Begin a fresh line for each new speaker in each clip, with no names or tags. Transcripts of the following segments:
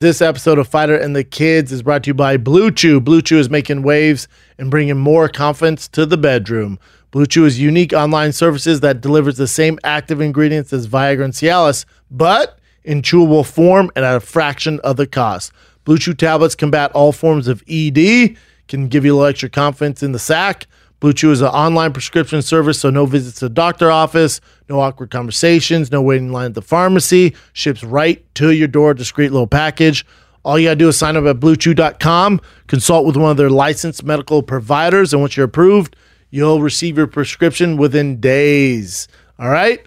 This episode of Fighter and the Kids is brought to you by Blue Chew. Blue Chew is making waves and bringing more confidence to the bedroom. Blue Chew is unique online services that delivers the same active ingredients as Viagra and Cialis, but in chewable form and at a fraction of the cost. Blue Chew tablets combat all forms of ED, can give you a little extra confidence in the sack. Blue Chew is an online prescription service, so no visits to the doctor office, no awkward conversations, no waiting in line at the pharmacy. Ships right to your door, discreet little package. All you gotta do is sign up at bluechew.com, consult with one of their licensed medical providers, and once you're approved, you'll receive your prescription within days. All right?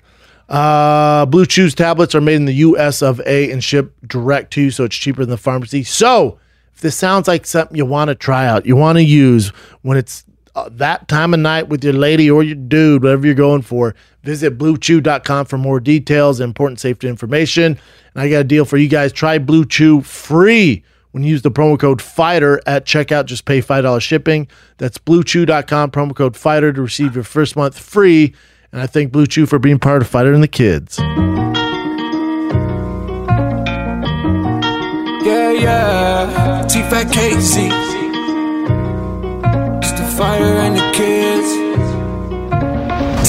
Uh, Blue Chew's tablets are made in the U.S. of A. and shipped direct to you, so it's cheaper than the pharmacy. So, if this sounds like something you want to try out, you want to use when it's uh, that time of night with your lady or your dude, whatever you're going for, visit BlueChew.com for more details and important safety information. And I got a deal for you guys: try Blue Chew free when you use the promo code FIGHTER at checkout. Just pay five dollars shipping. That's BlueChew.com promo code FIGHTER to receive your first month free. And I thank Blue Chew for being part of Fighter and the Kids.
Yeah, yeah. T Fat KC. It's the fighter and the kids.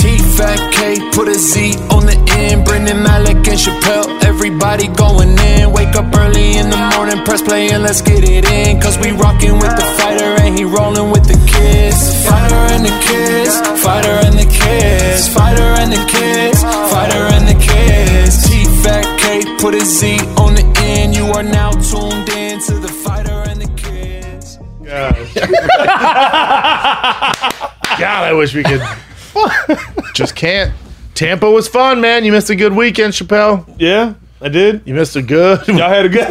T Fat K, put a Z on the end. Brendan Malik and Chappelle, everybody going in. Wake up early in the morning, press play and let's get it in. Cause we rocking with the fighter and he rolling with the kids. Fighter and the kids, fighter and the kids, fighter and the kids, fighter and the kids. T Fat K, put a Z on the end. You are now tuned in to the fighter and the kids.
God, I wish we could. Just can't. Tampa was fun, man. You missed a good weekend, Chappelle.
Yeah, I did.
You missed a good,
Y'all had a good.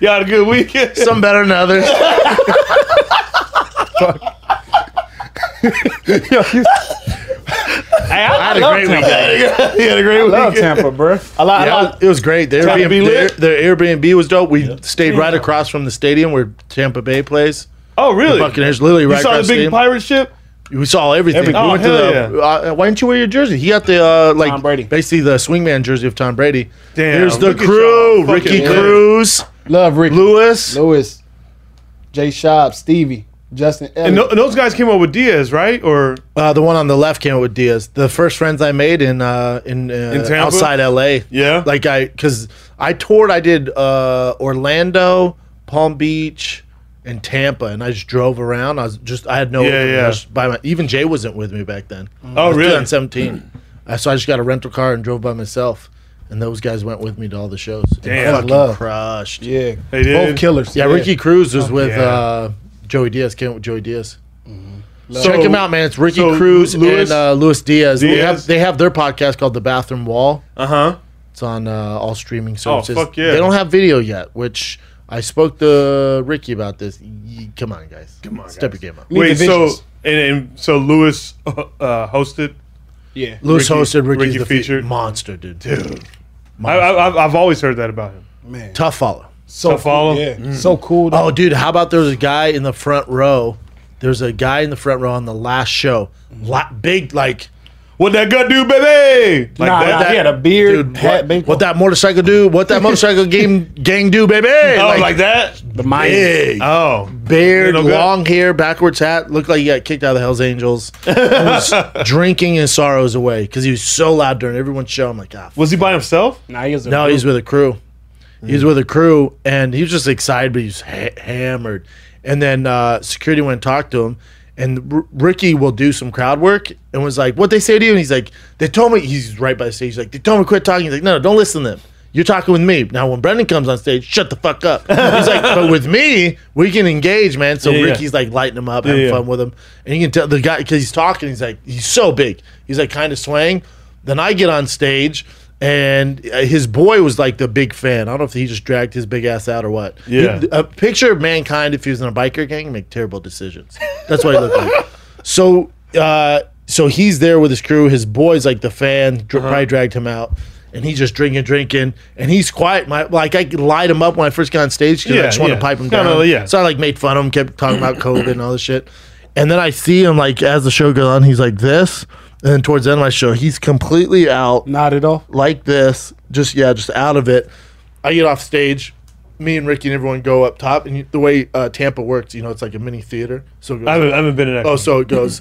Y'all had a good weekend.
some better than others.
Hey, I,
I had a great weekend.
You had a great weekend.
Love Tampa, bro.
I like. I
Yeah,
like
it was great. Their
Trying to be
Airbnb,
lit.
their, their Airbnb was dope. We stayed right across from the stadium where Tampa Bay plays.
oh, really?
Buccaneers, literally right
you saw
across
the
the
big
stadium.
pirate ship?
We saw everything.
Every-
we
Oh,
went to
hell
the. Uh, why didn't you wear your jersey? He got the uh, like
Tom Brady.
basically the swingman jersey of Tom Brady.
Damn,
Here's the
look at
crew:
y'all. Fucking
Ricky
lit.
Cruz,
Love Ricky.
Lewis.
Lewis. Jay Shop, Stevie, Justin
And,
Ellis.
tho- and those guys came up with Diaz, right? Or
Uh, the one on the left came up with Diaz. The first friends I made in uh, in, uh,
In Tampa?
outside L.A.
Yeah.
like I because I toured. I did uh, Orlando, Palm Beach, and Tampa, and I just drove around. I was just I had no
Yeah, yeah.
I was by my even Jay wasn't with me back then.
Oh, really? Hmm.
2017. uh, so I just got a rental car and drove by myself. And those guys went with me to all the shows. And
Damn.
fucking
Love.
crushed.
yeah.
They did.
Both killers.
Yeah, Ricky Cruz was with
Oh, yeah. Mm-hmm.
uh, Joey Diaz. Came up with Joey Diaz.
So-
Check him out, man. It's Ricky
so
Cruz
Lewis-
and uh, Luis Diaz. They,
Diaz?
have, they have their podcast called The Bathroom Wall.
Uh huh.
It's on uh, all streaming services.
Oh, fuck yeah.
They don't have video yet, which I spoke to Ricky about this. Y- Come on, guys. Come on, Step your game up.
Need
Wait, so
divisions.
and, and so Lewis uh, uh, hosted.
Yeah.
Luis
Ricky-
hosted Ricky's
Ricky
the fe-
featured.
monster, dude.
I, I, I've- I've always heard that about him.
Man.
Tough follow.
So
Tough follow.
cool. Yeah. So cool.
Oh, dude, how about there's a guy in the front row? There's a guy in the front row on the last show. La- big, like,
What that gut do, baby? Like
Nah,
that.
nah, he had a beard,
dude,
Pat
what,
Baker.
what that motorcycle do? What that motorcycle game gang do, baby?
Oh, like, that?
the Miami.
Big
Oh,
beard,
You know, good.
long hair, backwards hat. Looked like he got kicked out of the Hell's Angels. He was drinking his sorrows away because he was so loud during everyone's show. I'm like, ah, f-
was he by himself?
Nah, he was a
no,
real-
he's with a crew.
Hmm.
He's with a crew, and he was just excited, but he's ha- hammered. And then uh, security went and talked to him, and R- Ricky will do some crowd work, and was like, "What they say to you?" And he's like, "They told me." He's right by the stage. He's like, "They told me to quit talking." He's like, "No, no, don't listen to them." You're talking with me now. When Brendan comes on stage, shut the fuck up. He's like, but with me, we can engage, man. So
Yeah, yeah.
Ricky's like lighting him up, having
yeah.
fun with him, and you can tell the guy because he's talking. He's like, he's so big. He's like kind of swaying. Then I get on stage, and uh, his boy was like the big fan. I don't know if he just dragged his big ass out or what. He-
Yeah.
a picture of mankind if he was in a biker gang make terrible decisions. That's what he looked like. So, uh, so he's there with his crew. His boys, like the fan, dr-
Uh-huh.
probably dragged him out, and he's just drinking, drinking, and he's quiet. My like I lied him up when I first got on stage because I
Yeah,
just wanted
yeah.
to pipe him
No,
down.
no, yeah.
So I like made fun of him, kept talking about COVID and all this shit. And then I see him like as the show goes on, he's like this, and then towards the end of my show, he's completely out
Not at all.
like this, just yeah, just out of it. I get off stage. Me and Ricky and everyone go up top, and you, the way uh, Tampa works, you know, it's like a mini theater. So it goes,
I haven't, I haven't been in that.
oh, so it goes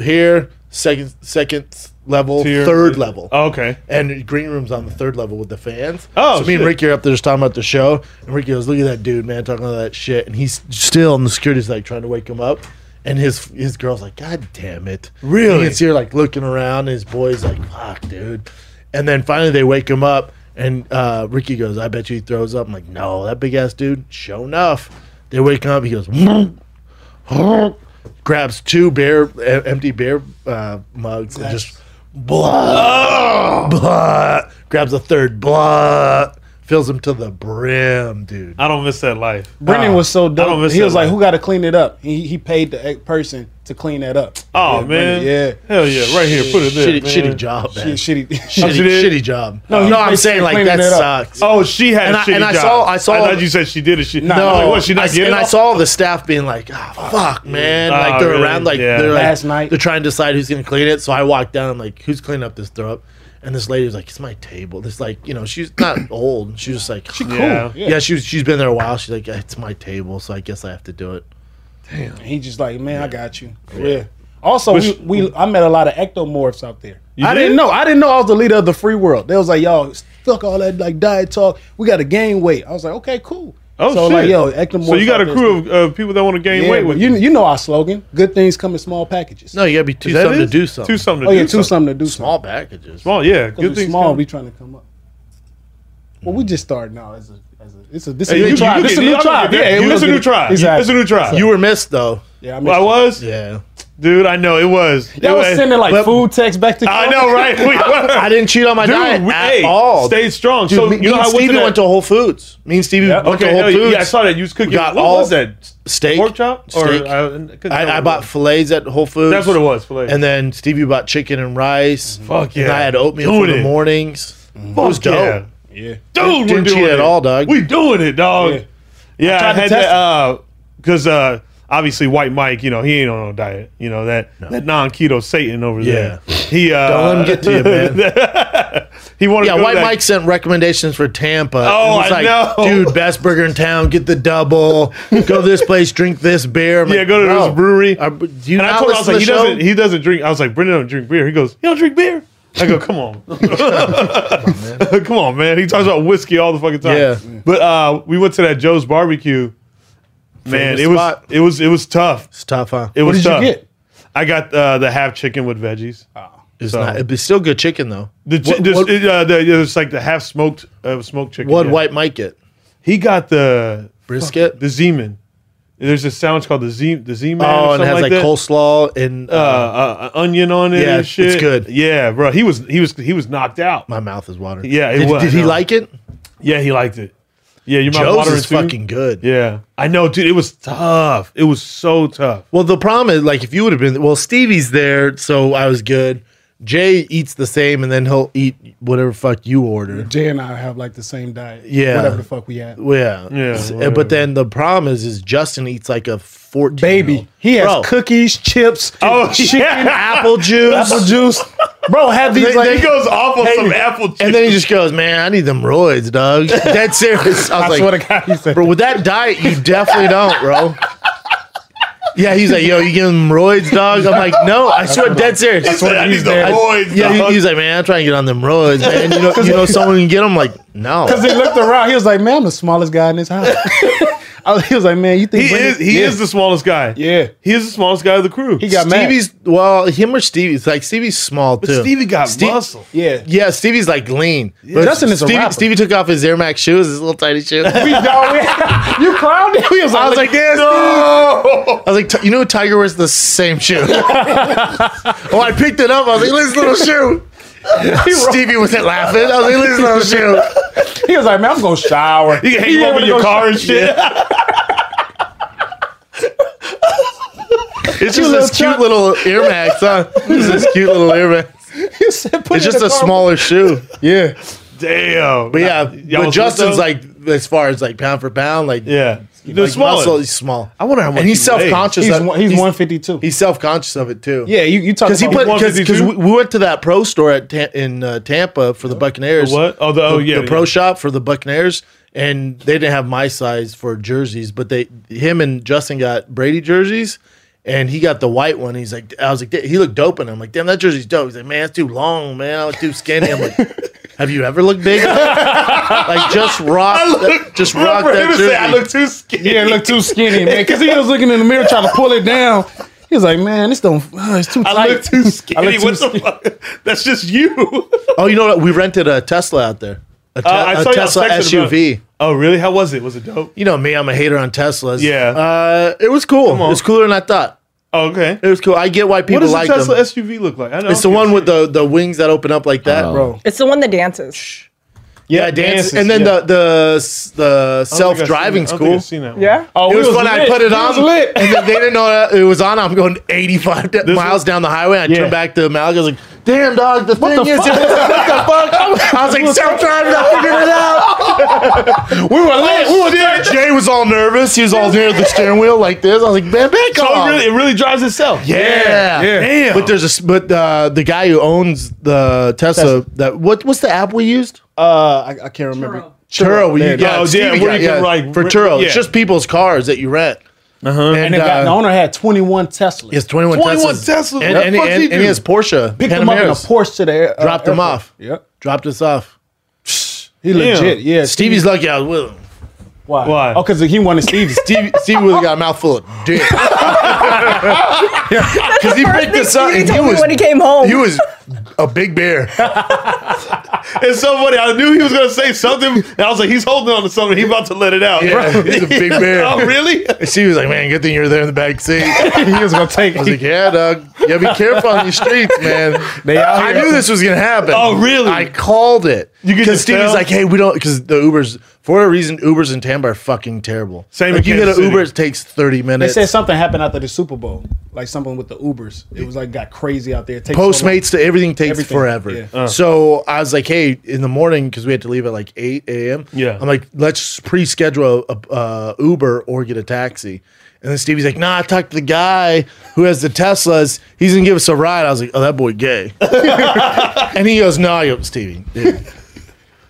here, second, second level,
Tier-
third level.
Oh, okay.
And the green room's on the third level with the fans.
Oh,
so me and
shit.
Ricky are up there just talking about the show, and Ricky goes, "Look at that dude, man, talking all that shit." And he's still, and the security's like trying to wake him up, and his his girl's like, "God damn it,
Really?
And he's here like looking around, and his boy's like, "Fuck, dude," and then finally they wake him up, and uh, Ricky goes, "I bet you he throws up." I'm like, "No, that big ass dude." Show enough, they wake him up. He goes. grabs two beer e- empty beer uh, mugs and just blah blah grabs a third blah fills them to the brim dude
I don't miss that life.
Ah.
Brendan was so
I don't
dope.
miss
He
that
was like,
life.
"Who got to clean it up?" He he paid the ex- person to clean that up.
Oh
Yeah,
man,
Brendan, yeah.
hell yeah, right here, put it there.
shitty,
man.
shitty job man. shitty
Shit, shitty.
shitty,
did?
job
No,
no,
he
i'm
basically
saying like
cleaning
that
it up.
sucks
Oh, she had
And
a
I-
shitty
and I
job.
saw- I saw-
thought you said she did a shit.
No.
I was like, what, she
I
not
s-
getting
and I
off?
saw the staff being like, "Ah, fuck, man!"
Oh,
like they're
really?
around, like
Yeah.
they're like,
Last night.
they're trying to decide who's gonna clean it. So I walked down, I'm like, "Who's cleaning up this throw up?" And this lady was like, "It's my table." This like, you know, she's not old. She was just like, "She cool."
Yeah.
Yeah, she was, she's been there a while. She's like, "It's my table, so I guess I have to do it."
And he just like, man, I got you. Yeah. Also,
Which-
we, we I met a lot of ectomorphs out there.
You
I
did?
didn't know. I didn't know I was the leader of the free world. They was like, y'all, fuck all that like diet talk. We got to gain weight. I was like, okay, cool.
Oh
so
shit!
like, yo, ectomorphs.
so you got
out
a
there.
crew of uh, people that want to gain
Yeah,
weight with
you. You know our slogan: good things come in small packages.
No, you gotta be two
Is that
something to
it?
do something.
Two something. To
oh yeah,
do
two something to do.
small
something.
packages.
Small, yeah. Good
Good
things.
small.
come-
We trying to come up. Well, we just started now as a as a. It's a this
Hey,
a
you-
new
you
tribe.
get-
This a
y'all
new
get
tribe.
that.
Yeah,
You-
we
this a
gonna
new
get-
tribe. You-
Exactly.
This a new tribe.
You were missed though.
Yeah,
I was,
Yeah,
dude. I know it was.
Y'all
It
was sending like
But-
food texts back to.
I know, right? We were.
I didn't cheat on my diet
Dude, we,
at
hey,
all.
stayed strong.
Dude,
so
me,
you know
me
how
and
I went
Stevie
to, that-
went to Whole Foods. Me and Stevie went
Okay,
to Whole
hell yeah,
Foods.
yeah, I saw that. You was cooking.
Got
what
all
was that?
steak,
Pork chop?
steak.
Or uh, I, couldn't tell
I, I
what
bought
it was.
fillets at Whole Foods.
That's what it was. Filet.
And then Stevie bought chicken and rice.
Fuck
And
yeah.
I had oatmeal
Doing
for the
it.
mornings. It was
Fuck
dope.
yeah.
Yeah.
dude, we're
Didn't
doing
cheat
it
at all, dog.
We doing it, dog.
Yeah.
Yeah, I,
tried to
had
test
that because uh, obviously White Mike, you know, he ain't on no diet. You know that that non keto Satan over
Yeah.
there. He uh,
Don't let him get to you,
man. he wanted
Yeah,
to go
White
to that-
Mike sent recommendations for Tampa.
Oh,
It was
I know.
Dude, best burger in town. Get the double. go to this place. Drink this beer. I'm
Yeah,
like,
go to
"Bro,
this brewery.
Are, do you
and I
not
told him I
listen
was like,
to
he
the show?
doesn't, he doesn't drink. I was like, Brendan don't drink beer. He goes, you don't drink beer. I go, come on, come on, man. He talks about whiskey all the fucking time.
Yeah.
But uh, we went to that Joe's barbecue. Man,
Famous
it was
spot.
it was it was tough.
it's tough, huh?
It
What
was
did you
tough.
get?
I got uh, the half chicken with veggies.
it's,
so-
not, it's still good chicken, though.
The, chi-
What-
this-
what-
it, uh, the- it was like the half smoked uh, smoked chicken.
What'd
yeah.
White Mike get?
He got the
Brisket?
the Zeman. There's this sandwich called the Z the Z Man.
oh,
or
and
something
it has like,
like that.
coleslaw and uh,
uh, uh, uh, onion on it.
Yeah,
and shit.
it's good.
Yeah, bro. He was he was he was knocked out.
my mouth is watering.
Yeah, it
did,
was,
did
I
he
know.
like it?
Yeah, he liked it. Yeah, your mouth
Joe's
watering
is
too?
fucking good.
Yeah, I know, dude. It was tough. It was so tough.
Well, the problem is, like, if you would have been, well, Stevie's there, so I was good. Jay eats the same, and then he'll eat whatever fuck you order.
Jay and I have like the same diet.
Yeah.
Whatever the fuck we had.
Well, Yeah,
Yeah,
S-
whatever.
But then the problem is, is Justin eats like a fourteen
Baby. He has cookies, chips,
Oh,
chicken,
yeah.
apple juice,
apple juice. Bro, have these
They-
like
He goes off on
Hey,
some apple. Chicken.
and then he just goes, "Man, I need them roids, dog." Dead serious. I was
I
like,
swear to God, he said
bro, with that diet, you definitely don't, bro. Yeah, he's like, yo, you give him roids, dog? I'm like, no, I swear, dead serious.
He said, I need the
I-
roids,
Yeah,
dog.
he, he's like, man, I'm trying to get on them roids, man. You know, you know someone can get them? Like, no.
because he looked around. He was like, man, I'm the smallest guy in this house. I was- he was like, man, you think
He
Brendan-
is he
Yeah.
is the smallest guy.
Yeah.
He is the smallest guy of the crew.
He got mad.
Stevie's, well, him or Stevie's, like, Stevie's small, too.
Stevie got
Ste-
muscle.
Yeah.
Yeah, Stevie's like lean. But
Justin is a
Stevie,
rapper.
Stevie took off his Air Max shoes, his little tiny shoes.
We, dog, we- you clowned him. He was like,
I was like,
this.
I was like, "Ti- you know, Tiger wears the same shoe. oh, I picked it up. I was like, look at this little shoe. Stevie wasn't laughing. I was like, look at this little shoe.
He was like, man, I'm going to shower.
You can hang him
Yeah,
up
we
in your
gonna-
car and shit.
It's just
little
this cute
chunk.
little Air Max, huh? It's this cute little Air Max.
He said, put
It's
it
just
in the
a
car.
smaller shoe.
Yeah.
Damn.
But yeah,
Y'all
but
was
Justin's
with
like as far as like pound for pound, like
Yeah. The
like muscle,
smallest.
he's small.
I wonder how much
and he's
he weighs.
self conscious.
He's, one- he's 152.
He's self conscious of it too.
yeah, you, you talking
Because he
Oh,
about
put because
152?
we we went to that pro store at Ta- in uh, Tampa for the Buccaneers.
What? Oh, the- oh, yeah,
the pro
yeah.
shop for the Buccaneers, and they didn't have my size for jerseys, but they him and Justin got Brady jerseys, and he got the white one. He's like, I was like, he looked dope, and I'm like, damn, that jersey's dope. He's like, man, it's too long, man. I look too skinny. I'm like, have you ever looked big? like just rock, that, just rock
For him
that
to
jersey.
say I look too skinny.
Yeah, it looked too skinny, man. Because he was looking in the mirror trying to pull it down. He was like, man, this don't, uh, it's too tight.
I look too skinny.
too
what the fuck? That's just you.
oh, you know what? We rented a Tesla out there, a, te-
Oh, I
a
saw y'all
Uh, Tesla
texted about it.
SUV.
oh, really? How was it? Was it dope?
You know me, I'm a hater on Teslas.
Yeah.
uh, it was cool. It
on.
was cooler than I thought.
Oh, okay.
It was cool. I get why
What
people
does
like
a Tesla
them.
SUV look like? I know.
It's the one with the, the wings that open up like
Oh.
that,
Bro.
It's the one that dances.
Yeah, dances.
dances,
And then
yeah.
the the s- the self driving
Think
school.
I've seen that one.
Yeah.
Oh,
It
we
was, when I
lit.
put it
We
on,
was lit.
and then they didn't know that it was on. I'm going 85 de- miles
one-
down the highway. I
Yeah.
turned back to Malaga. I was like, "Damn, dog, the thing is, what the fuck?" I was like, "Self driving, I figured it out."
We were lit. We were there.
Jay was all nervous. He was all near the steering wheel like this. I was like, "Man, back
So
off."
it really, it really drives itself.
Yeah.
Yeah. Damn.
But there's a s- but uh, the guy who owns the Tesla,
Tesla.
that what what's the app we used?
Uh, I, I can't remember.
Turo,
There
you
it
got
is. Oh, yeah,
Stevie
where
got-
you can, like,
for
rent-
Turo.
yeah.
It's just people's cars that you rent. Uh-huh. And,
And the, guy, the owner had 21 Tesla.
He has 21,
21
Teslas.
Teslas.
And,
What the
and,
fuck
and-
he do?
and he has Porsche.
Picked him up in a
Panameras.
Porsche to the uh,
Dropped him
airport.
off.
Yep.
Dropped us off.
He legit. Yeah.
Stevie's lucky I was with him.
Why?
Why?
Oh, because he wanted Stevie.
Stevie, Stevie really got a mouthful of dick. Because he picked us up
He
and he
told me
was,
when he came home.
he was a big bear.
It's so funny. I knew he was gonna say something, and I was like, he's holding on to something. He about to let it out.
Yeah, he's a big bear.
oh, really?
And Stevie was like, man, good thing you were there in the back seat. I
he was gonna take.
was like, yeah, dog. Yeah, be careful on these streets, man.
They out
I
here.
knew this was gonna happen.
Oh, really?
I called it.
You could
because
just
Stevie's
tell?
like, hey, we don't because the Ubers for a reason. Ubers in Tampa are fucking terrible.
Same
Like
in
you get an
Kansas City.
Uber, it takes thirty
They
minutes.
said something happened after the Super Bowl, like something with the Ubers. It was like got crazy out there. It takes so long.
Postmates to everything takes
Everything,
forever.
yeah.
So I was like, hey, in the morning because we had to leave at like eight a.m.
Yeah.
I'm like, let's pre-schedule a, a uh, Uber or get a taxi. And then Stevie's like, nah, I talked to the guy who has the Teslas. He's gonna give us a ride. I was like, oh, that boy gay. and he goes, no, nah, Stevie. dude,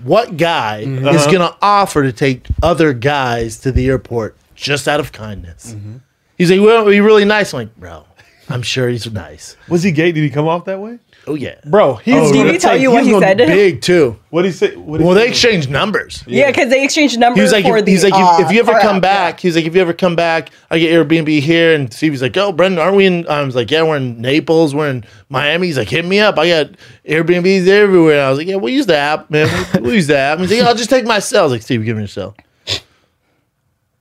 what guy is gonna offer to take other guys to the airport just out of kindness?
Mm-hmm.
He's like, well, he really nice. I'm like, bro, I'm sure he's nice.
Was he gay? Did he come off that way?
Oh yeah.
Bro, he's
Did
gonna
he tell
take-
you what
He's
he
gonna
said
be
to him?
big too.
What did he say? What did
Well,
he
they
say?
exchanged numbers.
Yeah, because they exchanged numbers
He was like,
for
if,
the.
he's like,
uh,
if, if you ever
car
come
app.
back, he's like, if you ever come back, I get Airbnb here. And Stevie's like, oh, Brendan, aren't we in? I was like, yeah, we're in Naples, we're in Miami. He's like, hit me up. I got Airbnbs everywhere. And I was like, yeah, we'll use the app, man. We'll, we'll use the app. He's like, I'll just take my cell. I was like, Steve, give me your cell.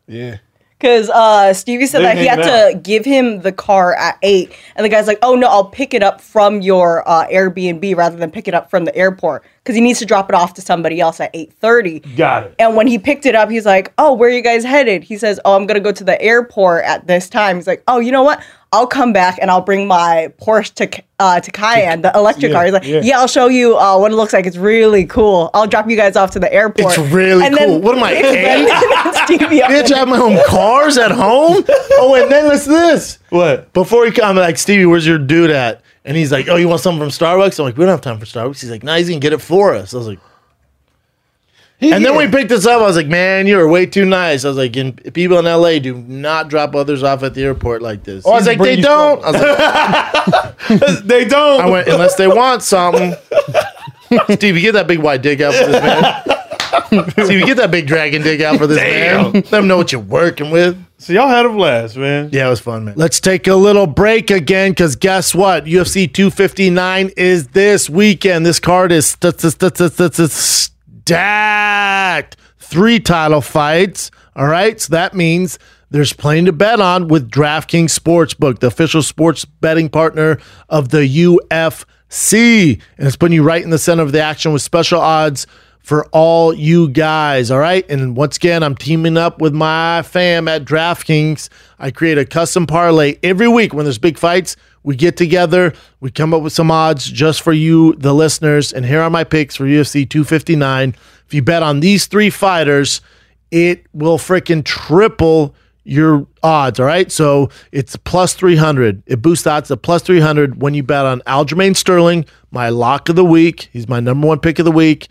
Yeah.
Because uh, Stevie said
They
that he had
hanging
to give him the car at eight, and the guy's like, "Oh no, I'll pick it up from your uh, Airbnb rather than pick it up from the airport because he needs to drop it off to somebody else at 8.30.
Got it.
And when he picked it up, he's like, "Oh, where are you guys headed?" He says, "Oh, I'm gonna go to the airport at this time." He's like, "Oh, you know what? I'll come back and I'll bring my Porsche to uh, to Cayenne, the electric car." He's like, "Yeah, I'll show you uh, what it looks like. It's really cool. I'll drop you guys off to the airport.
It's really
And
cool.
then-
what am I,
and
eight?
then Stevie
Bitch, I have my own cars at home. Oh, and then listen to this.
What?
Before he come, I'm like, Stevie, where's your dude at? And he's like, Oh, you want something from Starbucks? I'm like, We don't have time for Starbucks. He's like, Nah, he's gonna get it for us. I was like, and then we picked this up. I was like, man, you are way too nice. I was like, and people in LA do not drop others off at the airport like this. Oh, I was
just
like,
bring
they
you
don't. I, was like,
They don't.
I went, unless they want something. Steve, you get that big white dick out for this man. Steve, you get that big dragon dick out for this man. Let them know what you're working with.
so y'all had a blast, man.
Yeah, it was fun, man. Let's take a little break again because guess what? UFC 259 is this weekend. This card is st- st- st- st- st- st- stacked. Three title fights. All right. So that means there's plenty to bet on with DraftKings Sportsbook, the official sports betting partner of the UFC. And it's putting you right in the center of the action with special odds for all you guys. All right. And once again, I'm teaming up with my fam at DraftKings. I create a custom parlay every week when there's big fights. We get together, we come up with some odds just for you, the listeners. And here are my picks for UFC 259. If you bet on these three fighters, it will freaking triple your odds. All right. So it's plus 300. It boosts odds to plus 300 when you bet on Aljamain Sterling, my lock of the week. He's my number one pick of the week.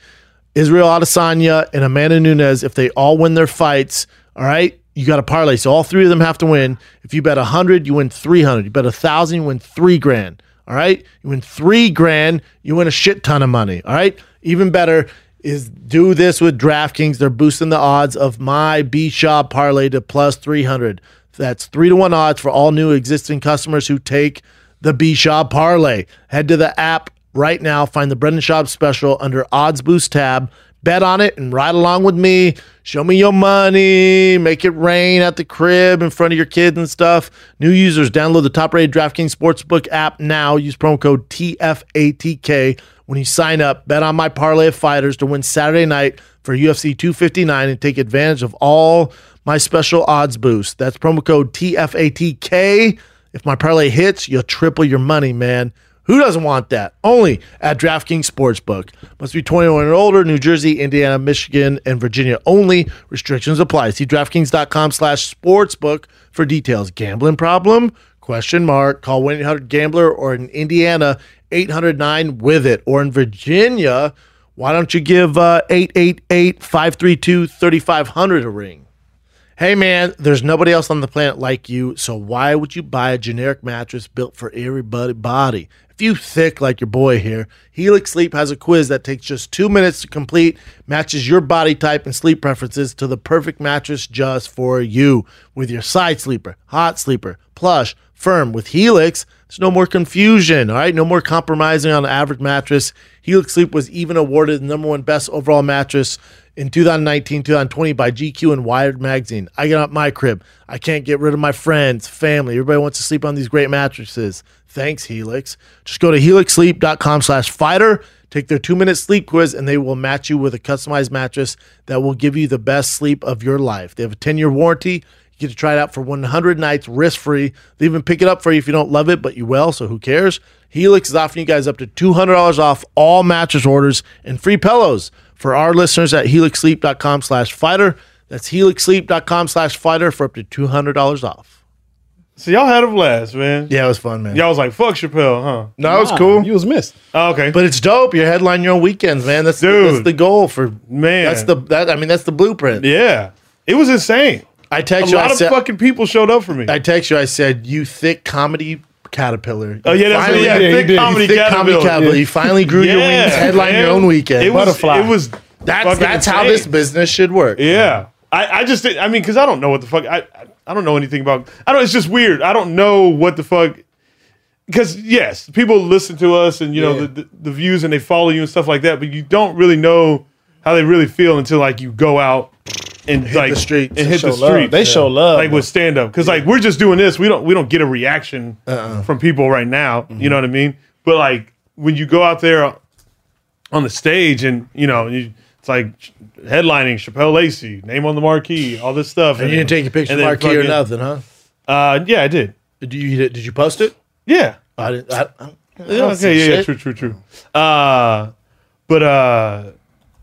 Israel Adesanya and Amanda Nunes, if they all win their fights, all right, you got a parlay. So all three of them have to win. If you bet 100, you win 300. You bet 1,000, you win three grand. All right, you win three grand, you win a shit ton of money. All right, even better is do this with DraftKings. They're boosting the odds of my B Shop parlay to plus 300. That's three to one odds for all new existing customers who take the B Shop parlay. Head to the app right now. Find the Brendan Schaub special under Odds Boost tab. Bet on it and ride along with me. Show me your money. Make it rain at the crib in front of your kids and stuff. New users download the top rated DraftKings Sportsbook app now. Use promo code TFATK when you sign up. Bet on my parlay of fighters to win Saturday night for UFC 259 and take advantage of all my special odds boosts. That's promo code TFATK. If my parlay hits, you'll triple your money, man. Who doesn't want that? Only at DraftKings Sportsbook. Must be 21 and older. New Jersey, Indiana, Michigan, and Virginia only. Restrictions apply. See DraftKings.com/sportsbook for details. Gambling problem? Question mark. Call 1-800-GAMBLER or in Indiana 809 with it or in Virginia. Why don't you give uh, 888-532-3500 a ring? Hey man, there's nobody else on the planet like you, so why would you buy a generic mattress built for everybody body? If you thick like your boy here, Helix Sleep has a quiz that takes just two minutes to complete, matches your body type and sleep preferences to the perfect mattress just for you. With your side sleeper, hot sleeper, plush, firm with Helix, there's no more confusion, all right? No more compromising on the average mattress. Helix Sleep was even awarded the number one best overall mattress in 2019, 2020 by GQ and Wired Magazine. I got out my crib. I can't get rid of my friends, family. Everybody wants to sleep on these great mattresses. Thanks, Helix. Just go to helixsleep.com slash fighter, take their two-minute sleep quiz, and they will match you with a customized mattress that will give you the best sleep of your life. They have a 10-year warranty. You get to try it out for 100 nights risk free. They even pick it up for you if you don't love it, but you will, so who cares? Helix is offering you guys up to $200 off all mattress orders and free pillows for our listeners at helixsleep.com slash fighter. That's helixsleep.com slash fighter for up to $200 off.
So y'all had a blast, man.
Yeah, it was fun, man.
Y'all was like, fuck Chappelle, huh?
no, it was cool.
You was missed.
Oh, okay.
But it's dope. You headline your own weekends, man. That's, The, that's
Dude.
the goal for
man,
That's the that I mean that's the blueprint.
yeah. It was insane.
I
A
text you. I
lot of
said,
fucking people showed up for me.
I text you. I said, "You thick comedy caterpillar."
oh yeah, that's
Finally-
yeah,
yeah, you
thick
did.
comedy
You thick comedy
caterpillar.
caterpillar. You finally grew your wings. Headline
man.
your own weekend.
It was,
Butterfly.
It was
that's
fucking
that's how
insane.
this business should work.
Yeah, I, I just did- I mean because I don't know what the fuck I I- I don't know anything about I don't it's just weird I don't know what the fuck because yes people listen to us and you know
Yeah.
the, the the views and they follow you and stuff like that but you don't really know how they really feel until like you go out and hit like
the streets.
and hit
Show
the
love.
streets
They show love.
like with stand up because like we're just doing this we don't we don't get a reaction
Uh-uh.
from people right now you
Mm-hmm.
know what i mean but like when you go out there on the stage and you know you, it's like headlining chappelle lacey name on the marquee all this stuff
And you didn't take a picture of
and then
marquee or nothing,
fucking-
huh?
uh yeah i did
Did you did you post it?
yeah
I didn't. I, I,
yeah, okay, yeah, yeah,
shit.
true, true, true. Uh, but uh,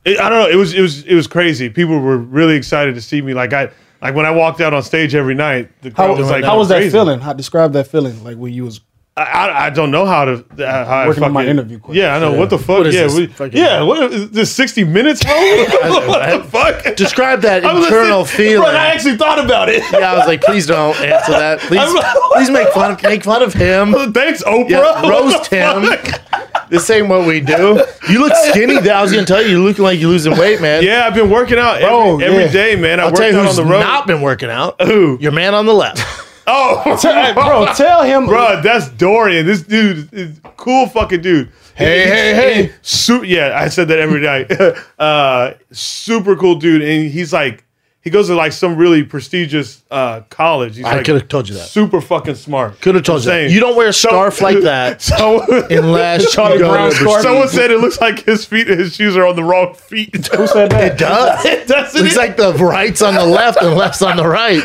it, I don't know. It was it was it was crazy. People were really excited to see me. Like I like when I walked out on stage every night. The crowd
How,
was like,
how was that
crazy.
feeling? How describe that feeling? Like when you was
I, I, I don't know how to uh, how I
Working on my
fucking-
interview question.
Yeah, I know what the fuck.
is
yeah,
this?
we-
Fucking-
yeah. What is this? Sixty minutes? bro? what the fuck?
Describe that
I was like,
internal
"Bro,
feeling.
I actually thought about it.
yeah, I was like, please don't answer that. Please,
like,
please make fun of make fun of him.
Thanks, Oprah.
Yeah,
What the
roast him.
fuck?
This ain't what we do. You look skinny. though. I was gonna tell you, you looking like you're losing weight, man.
Yeah, I've been working out every,
Bro,
every
yeah.
day, man. I
I'll
worked
tell you
out on
who's
the road.
not been working out.
Who?
Your man on the left.
oh,
Tell- hey, bro, tell him,
Bruh, that's Dorian. This dude is cool fucking dude.
Hey, hey, hey.
Su- yeah, I said that every night. uh, super cool dude. And he's like, he goes to like some really prestigious uh, college. He's
I
like
coulda told you that.
Super fucking smart.
Could have told you. that.
Insane.
You don't wear a scarf like that
So,
unless you go
Brown
to
scarf.
someone said it looks like his feet and his shoes are on the wrong feet.
Who said that?
Duh.
Doesn't
It's
it?
like the right's on the left and left's on the right.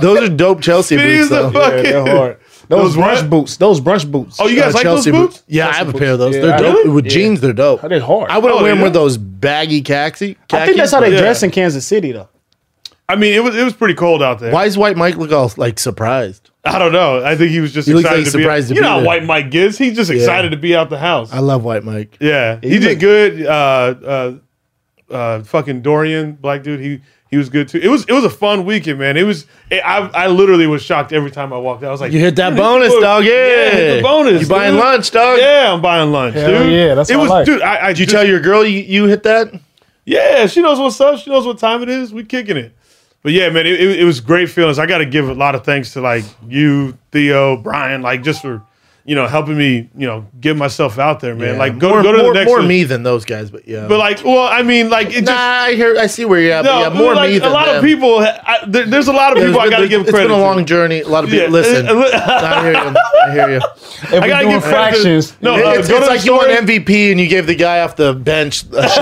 Those are dope Chelsea
It
boots,
is the
though.
fuck-
Yeah, they're hard. Those,
Those
brunch
what?
boots. Those brunch boots.
oh, you
Uh,
guys like those boots?
Yeah, I
Chelsea
have a
boots.
pair of those.
Yeah,
they're
I
dope.
really?
With jeans, they're dope.
They're hard.
I wouldn't
Oh,
wear them
yeah.
with those baggy caxi.
I think that's how they
Yeah.
dress in Kansas City, though.
I mean, it was it was pretty cold out there.
Why does White Mike look all like surprised?
I don't know. I think he was just
He looks
excited
like
to be.
surprised to
you
be
know how
there.
white Mike is. He's just excited to be out the house.
I love White Mike.
Yeah, he,
he
did
looked-
good. Uh, uh, uh, fucking Dorian, black dude. He he was good too. It was it was a fun weekend, man. It was it, I I literally was shocked every time I walked out. I was like,
You hit that
"Dude,
bonus,
look,
dog. Yeah.
hit the bonus.
You buying
dude.
lunch, dog.
Yeah, I'm buying lunch,
Hell
dude.
yeah, that's
it
what I
was,
like.
dude. I, I
Did you tell your girl you, you hit that?
yeah, she knows what's up. She knows what time it is. We kicking it. But yeah, man, it, it, it was great feelings. I got to give a lot of thanks to like you, Theo, Brian, like just for you know helping me, you know, get myself out there, man. Like go,
more,
go to
more,
the next
more
one.
me than those guys, but yeah.
But like, well, I mean, like it just.
nah, I hear, I see where you're at.
No,
but yeah, more
like
me
a
than
lot of
them.
people. I, there, there's a lot of people I got to give
It's
credit.
been a
to.
long journey. A lot of people
Yeah.
listen. I hear you. I hear you.
If
I
we
got to
doing
give credit.
fractions,
To, no, uh,
it's
go
it's
to
like
the
you won
story.
MVP and you gave the guy off the bench a shout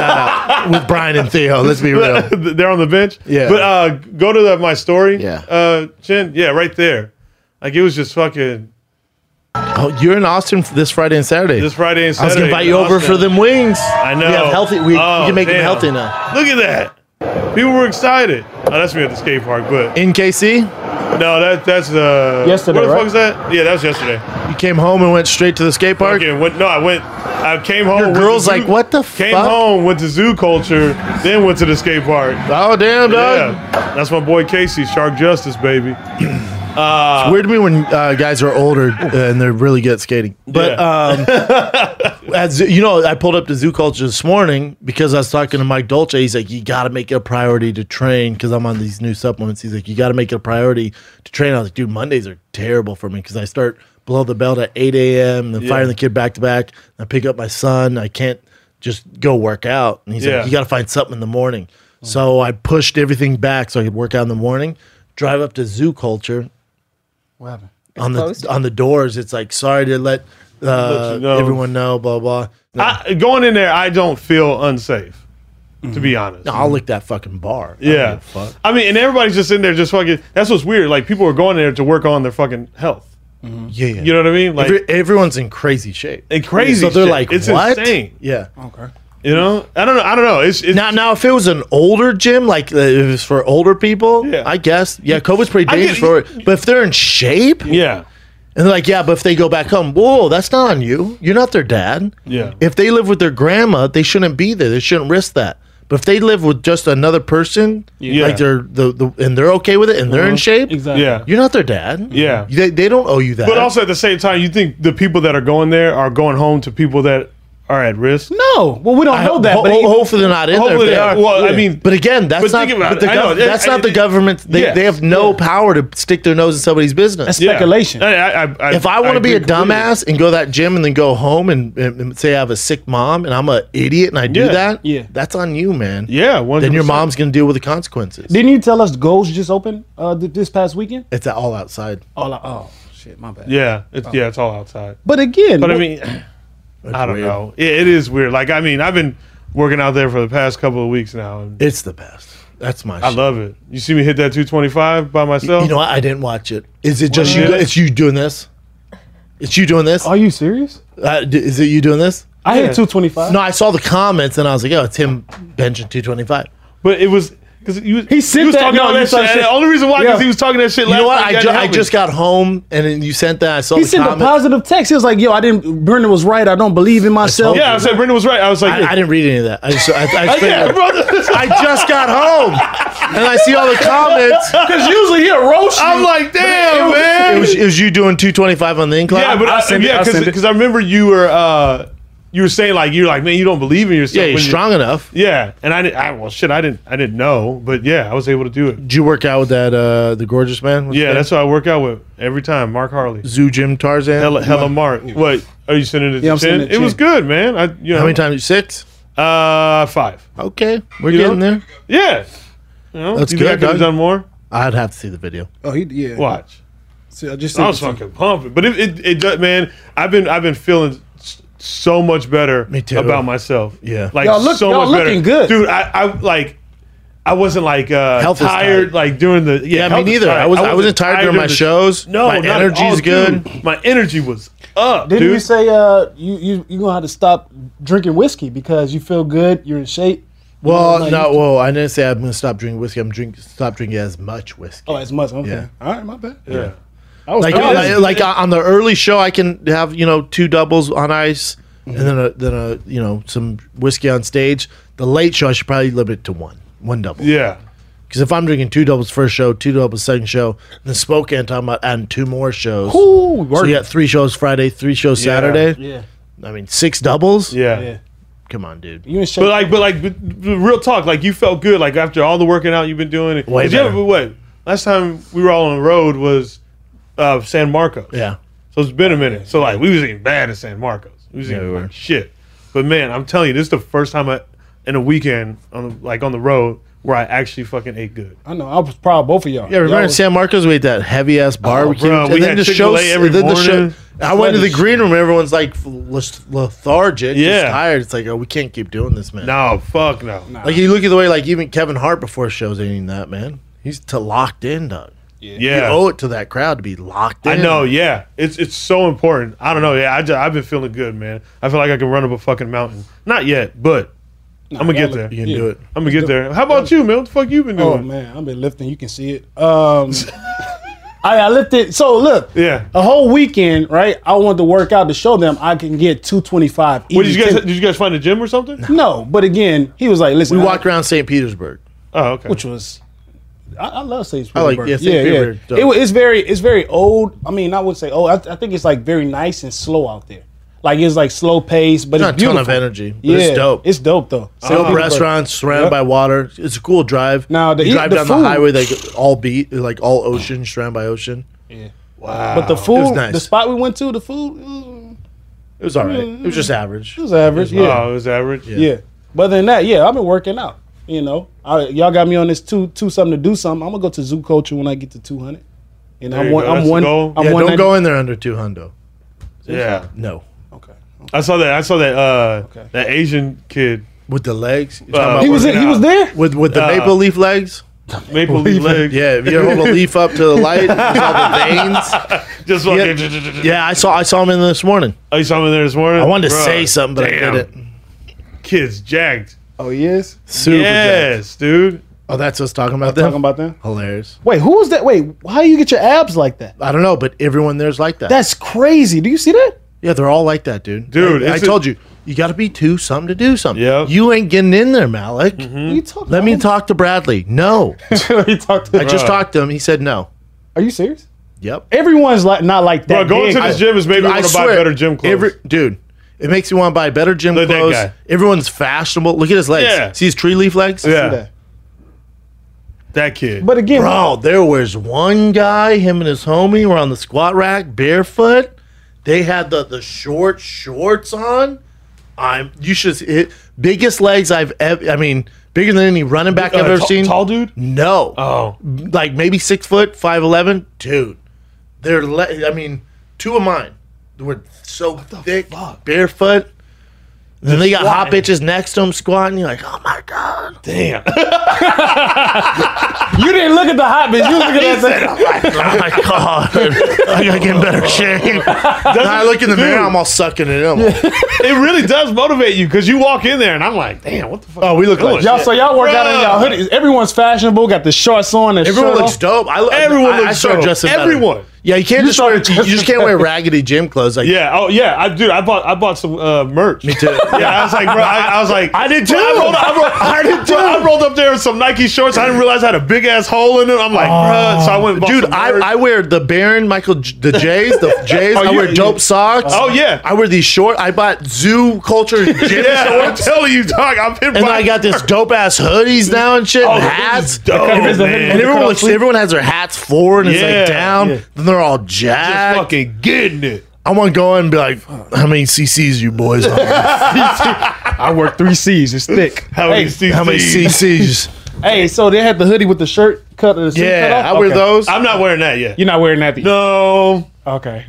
out with Brian and Theo. Let's be real.
they're on the bench.
Yeah.
But uh, go to the, my story.
Yeah.
Uh, Jen, yeah, right there. Like it was just fucking
Oh, you're in Austin f- this Friday and Saturday.
this Friday and
I was
Saturday.
gonna invite you
in
over
Austin.
for them wings.
I know.
We have healthy. We, we
Oh,
can make them
damn.
healthy now.
Look at that. People were excited. Oh, that's me at the skate park, but
In KC,
no, that that's uh
Yesterday,
What the
right?
fuck is that? Yeah, that was yesterday.
you came home and went straight to the skate park.
Fucking went, no, I went. I came home.
Your
went to
girl's
zoo-
like, "What the
Came
fuck?"
home, went to zoo culture, then went to the skate park.
Oh damn, dog.
Yeah, that's my boy Casey, Shark Justice, baby.
It's weird to me when uh, guys are older uh, and they're really good at skating. But uh, um, as you know, I pulled up to Zoo Culture this morning because I was talking to Mike Dolce. He's like, "You got to make it a priority to train because I'm on these new supplements." He's like, "You got to make it a priority to train." I was like, "Dude, Mondays are terrible for me because I start below the belt at 8 a.m. and firing the kid back to back. I pick up my son. I can't just go work out." And he's
Yeah.
like, "You got to find something in the morning." So I pushed everything back so I could work out in the morning. Drive up to Zoo Culture
What happened?
on the
closed?
on the doors. It's like sorry to let, uh,
Let you know.
everyone know, blah blah. No,
I, going in there, I don't feel unsafe, to be honest.
I'll lick that fucking bar. I don't
Mm. yeah.
give a fuck.
I mean, and everybody's just in there, just fucking. That's what's weird. Like people are going there to work on their fucking health.
yeah, yeah.
Mm. You know what I mean? Like
Every- everyone's in crazy shape.
and crazy.
so they're
shit.
like,
it's
what?
insane.
Yeah.
Okay.
You know? I don't know. I don't know. It's, it's
Now, now, if it was an older gym, like uh, if it's for older people,
Yeah.
I guess, yeah, COVID's pretty
I
dangerous
get-
for it. But if they're in shape,
yeah,
And they're like, yeah, but if they go back home, whoa, that's not on you. You're not their dad.
Yeah.
If they live with their grandma, they shouldn't be there. They shouldn't risk that. But if they live with just another person,
Yeah.
like they're the, the and they're okay with it and they're in shape,
Exactly.
yeah,
you're not their dad.
yeah.
They, they don't owe you that.
But also at the same time, you think the people that are going there are going home to people that are at risk.
No. Well, we don't know that.
Ho-
but
ho-
it-
hopefully they're not in there.
Hopefully,
if
they are. Well, I mean,
But again, that's
But
not
think about
but the
it. I know.
gov- that's
I-
not the
I-
government. They,
Yes.
they have no power to stick their nose in somebody's business.
That's speculation.
Yeah. I- I-
if I want to be a
agree completely.
dumbass and go to that gym and then go home and, and- and say I have a sick mom and I'm an idiot and I do
Yeah.
that,
Yeah.
that's on you, man.
yeah, 100%.
Then your mom's gonna deal with the consequences.
Didn't you tell us Goals just opened uh, th- this past weekend?
It's all outside.
Oh, like, oh shit, my bad.
Yeah, it's,
Oh.
yeah, it's all outside.
But again,
But I
what-
mean, I don't
weird.
know. It, it is weird. Like I mean, I've been working out there for the past couple of weeks now, and
It's the best. That's my.
I love it. You see me hit that 225 by myself.
You know what? I didn't watch it. Is it just
What?
you? go- It's you doing this. It's you doing this.
are you serious?
Uh, d- is it you doing this?
I
Yeah.
hit two twenty five.
No, I saw the comments and I was like, oh, it's him benching 225.
but it was because he was
He sent
was
that-
talking
no,
all
you
that
saw
shit.
shit.
And the only reason why
Yeah.
because he was talking that shit.
You
last
know what?
time,
I,
God
ju-
help
I
me.
just got home and then you sent that. I saw
He
the
sent a
comments.
positive text. He was like, "Yo, I didn't. Brenda was right. I don't believe in myself."
Yeah, I said Brenda was right. I was like,
I, I didn't read any of that. I just, I, I, just
yeah,
figured-
brother.
I just got home and I see all the comments.
because usually he'll roast you.
I'm like, damn,
was-
man.
It was, it was you doing 225 on the incline.
yeah, but
I'll
I,
send it,
yeah,
I'll send it.
because I remember you were uh, you were saying like you're like man, you don't believe in yourself.
yeah, you're
when you-
strong enough.
Yeah, and I, didn't, I well shit, I didn't I didn't know, but yeah, I was able to do it.
Did you work out with that uh the gorgeous man? What's
Yeah,
his name?
that's what I work out with every time. Mark Harley.
Zoo Jim Tarzan.
Hella, hella Mark. What? Are you sending it to
Yeah, I'm
Chin?
sending it
It
to
was
Chin.
good, man. I, you know,
How many times? Six.
Uh, five.
Okay, we're
You know?
getting there.
Yeah. You know,
That's
you think I
good,
could have
dog.
done more?
I'd have to see the video.
"Oh, he, yeah."
Watch.
See, I just
I was fucking pumping, but it, it, it does, man. I've been, I've been feeling s- so much better
Me too.
about myself.
Yeah.
like
Y'all look-
so
y'all
much
looking
better.
good.
dude. I, I like, I wasn't like uh,
Health is
tired,
tight.
like during the yeah.
Yeah, me
health is
neither.
tight.
I was- I wasn't tired during my
the-
shows.
No,
My
not at
energy's
all, dude.
good.
My energy was up,
Didn't
dude.
you say uh, you you you gonna have to stop drinking whiskey because you feel good, you're in shape?
Well,
Like-
no, well, I didn't say I'm gonna stop drinking whiskey. I'm drink stop drinking as much whiskey.
Oh, as much. Okay.
Yeah.
All right, my bad.
yeah.
I was
Like, uh,
oh,
like, like, on the early show, I can have you know two doubles on ice.
Mm-hmm.
and then a, then a you know some whiskey on stage. The late show I should probably limit it to one, one double.
Yeah.
Because if I'm drinking two doubles first show, two doubles second show, and then Spokane talking about adding two more shows.
Ooh,
So
work.
you got three shows Friday, three shows
Yeah.
Saturday.
yeah.
I mean, six doubles.
Yeah.
Yeah.
Come on, dude.
You and Shay.
But like, but like, but, but real talk. Like, you felt good. Like after all the working out you've been doing. Did
Way
you ever-
better.
what? Last time we were all on the road was uh, San Marcos.
yeah.
So it's
Oh,
been a minute. So like, we was eating bad at San Marcos. We was eating
we
like,
were.
shit. But man, I'm telling you, this is the first time I, in a weekend on the, like on the road where I actually fucking ate good.
I know. I was proud of both of y'all.
Yeah, remember
Y'all
in
was-
San Marcos we had that heavy ass barbecue,
Oh, bro, we had Chick-fil-A every
and then the show-
morning.
I went to the
Sluttish.
green room. Everyone's like leth- lethargic, yeah,
Yeah.
just tired. It's like, oh, we can't keep doing this, man.
No, fuck no.
Like you look at the way, like even Kevin Hart before shows ain't that man. He's to locked in, dog.
Yeah.
You owe it to that crowd to be locked in.
I know, yeah. It's it's so important. I don't know, yeah. I just, I've been feeling good, man. I feel like I can run up a fucking mountain. Not yet, but I'm gonna get
y'all look-
there.
you can
Yeah.
do it.
I'm gonna get there. How about you, man? What the fuck you been
Oh
doing?
man, I've been lifting. You can see it. Um, I, I lifted. So look,
Yeah.
a whole weekend, right? I wanted to work out to show them I can get two twenty five.
What did you guys? Did you guys find a gym or something?
no, but again, he was like, "Listen,
We
I-
walked around St. Petersburg.
Oh, okay.
which was I, I love St.
I like-
Petersburg.
yeah, St. Petersburg, dope.
It, wa- it's very it's very old. I mean, I would say old. I, I think it's like very nice and slow out there. Like it's like slow pace, but
Not
it's
a ton
beautiful.
of energy, but
Yeah,
it's dope. Uh-huh.
It's dope though. St.
Dope
Petersburg.
restaurants surrounded
Yep.
by water. It's a cool drive.
Now, the
you
eat-
drive
the
down
food-
the highway, they go- all beat like all ocean, surrounded by ocean.
But the food,
nice.
the spot we went to, the food mm,
It was all right. It was just average.
Mm-hmm. it was average. Yeah,
Oh, it was average.
yeah. But other than that, yeah, I've been working out. You know, I, y'all got me on this two two something to do something. I'm gonna go to Zoo Culture when I get to 200. And
There
I'm
you
one.
go.
I'm
That's the
one.
goal.
I'm
yeah,
one
don't go in there under two hundo.
Yeah.
No,
Okay.
I saw that. I saw that. Uh,
Okay.
that Asian kid,
with the legs. You're talking
Uh,
about
He was.
working
He was
out.
there.
with with the
uh,
maple leaf legs.
maple leaf leg.
Yeah, if you ever hold a leaf up to the light, it's all the veins.
Just fucking.
Yeah, yeah, I saw I saw him in this morning.
Oh, you saw me there this morning.
I wanted to
Bruh,
say something, but
damn.
I didn't.
Kids jacked.
Oh, he is.
Super. jacked.
yes, dude.
Oh, that's what's talking about. Them?
Talking about them.
hilarious.
Wait, who was that? Wait, how you get your abs like that?
I don't know, but everyone there's like that.
That's crazy. Do you see that?
yeah, they're all like that, dude.
Dude,
I, I
it's a-
told you, you got to be two something to do something.
Yep.
you ain't getting in there, Malik.
What are you talking
Let me talk to Bradley. No,
Let me talk to
I just talked to him. He said no.
Are you serious?
Yep.
Everyone's like not like that.
Bro, going
big,
to this
though.
gym has made me
Dude,
want to buy
swear,
better gym clothes.
every- dude, it makes me want to buy better gym
Look at that
clothes.
guy.
Everyone's fashionable. Look at his legs.
Yeah.
See his tree leaf legs?
yeah, that kid.
But again,
Bro, there was one guy, him and his homie were on the squat rack barefoot. They had the, the short shorts on. I'm you should it, biggest legs I've ever I mean, bigger than any running back I've
Uh,
ever
tall-
seen.
Tall dude.
No.
Oh,
like maybe six foot, five eleven, dude. They're le- I mean, two of mine were so thick, barefoot. Then they got hot bitches next to them squatting. You're like, oh my god,
damn.
you didn't look at the hot bitch. You was looking at that.
oh my god, I gotta get in better shape. Then I look in the mirror, I'm all sucking it in.
it really does motivate you because you walk in there and I'm like, damn, what the fuck?
Oh, we look
Doing?
like
Y'all, so y'all work out in y'all hoodies. Everyone's fashionable. Got the shorts on. And
Everyone
shirt
looks
off.
dope. I, lo-
Everyone
I, I
looks
started
dope.
dressing better.
Everyone.
Yeah, you can't just wear,
started
you just can't wear raggedy gym clothes. Like
Yeah. Oh, yeah. I dude, I bought I bought some uh, merch. Me
too.
Yeah. I was like, bro. I, I was like,
I did
bro,
too.
I rolled, I rolled, I did too. I rolled up there in some Nike shorts. I didn't realize I had a big ass hole in it. I'm like, bro. So I went, and bought
Oh, Dude,
some
I,
merch.
I wear the Baron, Michael, J- the J's, the J's. I
you-
wear dope socks.
Oh, yeah.
I wear these short. I bought Zoo Culture gym
yeah. I'm
shorts,
telling you, dog. I've been.
and then I got this dope ass hoodies now and shit, and hats.
Oh, Dope,
Because the-
And
man.
everyone
cut-off
looks,
sleeve?
everyone has their hats forward and
Yeah,
it's like down.
yeah.
Then they're all
Just
jacked.
fucking getting it.
I want to go in and be like, how many CCs you boys on?
I work three C's. It's thick.
How many CCs?
How many CCs?
Hey, so they had the hoodie with the shirt cut. Or the sleeve cut
yeah,
off?
I wear
Okay.
those.
I'm not wearing that yet.
You're not wearing that.
No,
Okay.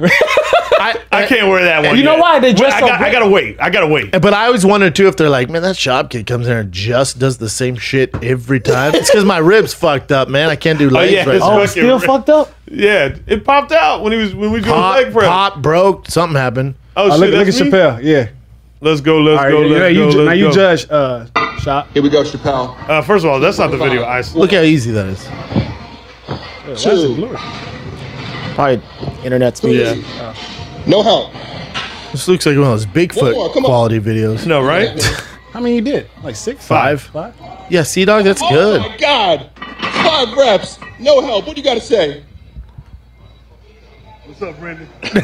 I,
I can't wear that one.
You know
yet.
why? They dress
Wait, I,
so
got, I
great.
gotta wait. I gotta wait.
But I always wonder too if they're like, man, that shop kid comes in and just does the same shit every time. it's because my ribs fucked up, man. I can't do legs
yeah,
right
it's
now.
oh,
fucking
still
ri-
fucked up.
Yeah, it popped out when he was when we doing
Pop,
leg press.
pop broke. Something happened.
Oh
Uh,
shit,
look, look at
that's me?
Chappelle. Yeah.
Let's go. Let's
All right.
go.
yeah,
Let's
you
go.
ju-
let's
now you
go.
judge. Uh, shop.
Here we go, Chappelle.
Uh, first of all, that's not the video. I s-
Look how easy that is.
Two.
Probably internet's me.
Yeah.
No help.
This looks like one of those Bigfoot
more, come on.
quality videos.
No, right?
How many you did? Like six?
Five.
Five?
Yeah, Sea Dog, that's
Oh
good.
my God! Five reps, no help. What do you got to say?
What's up, Brandon?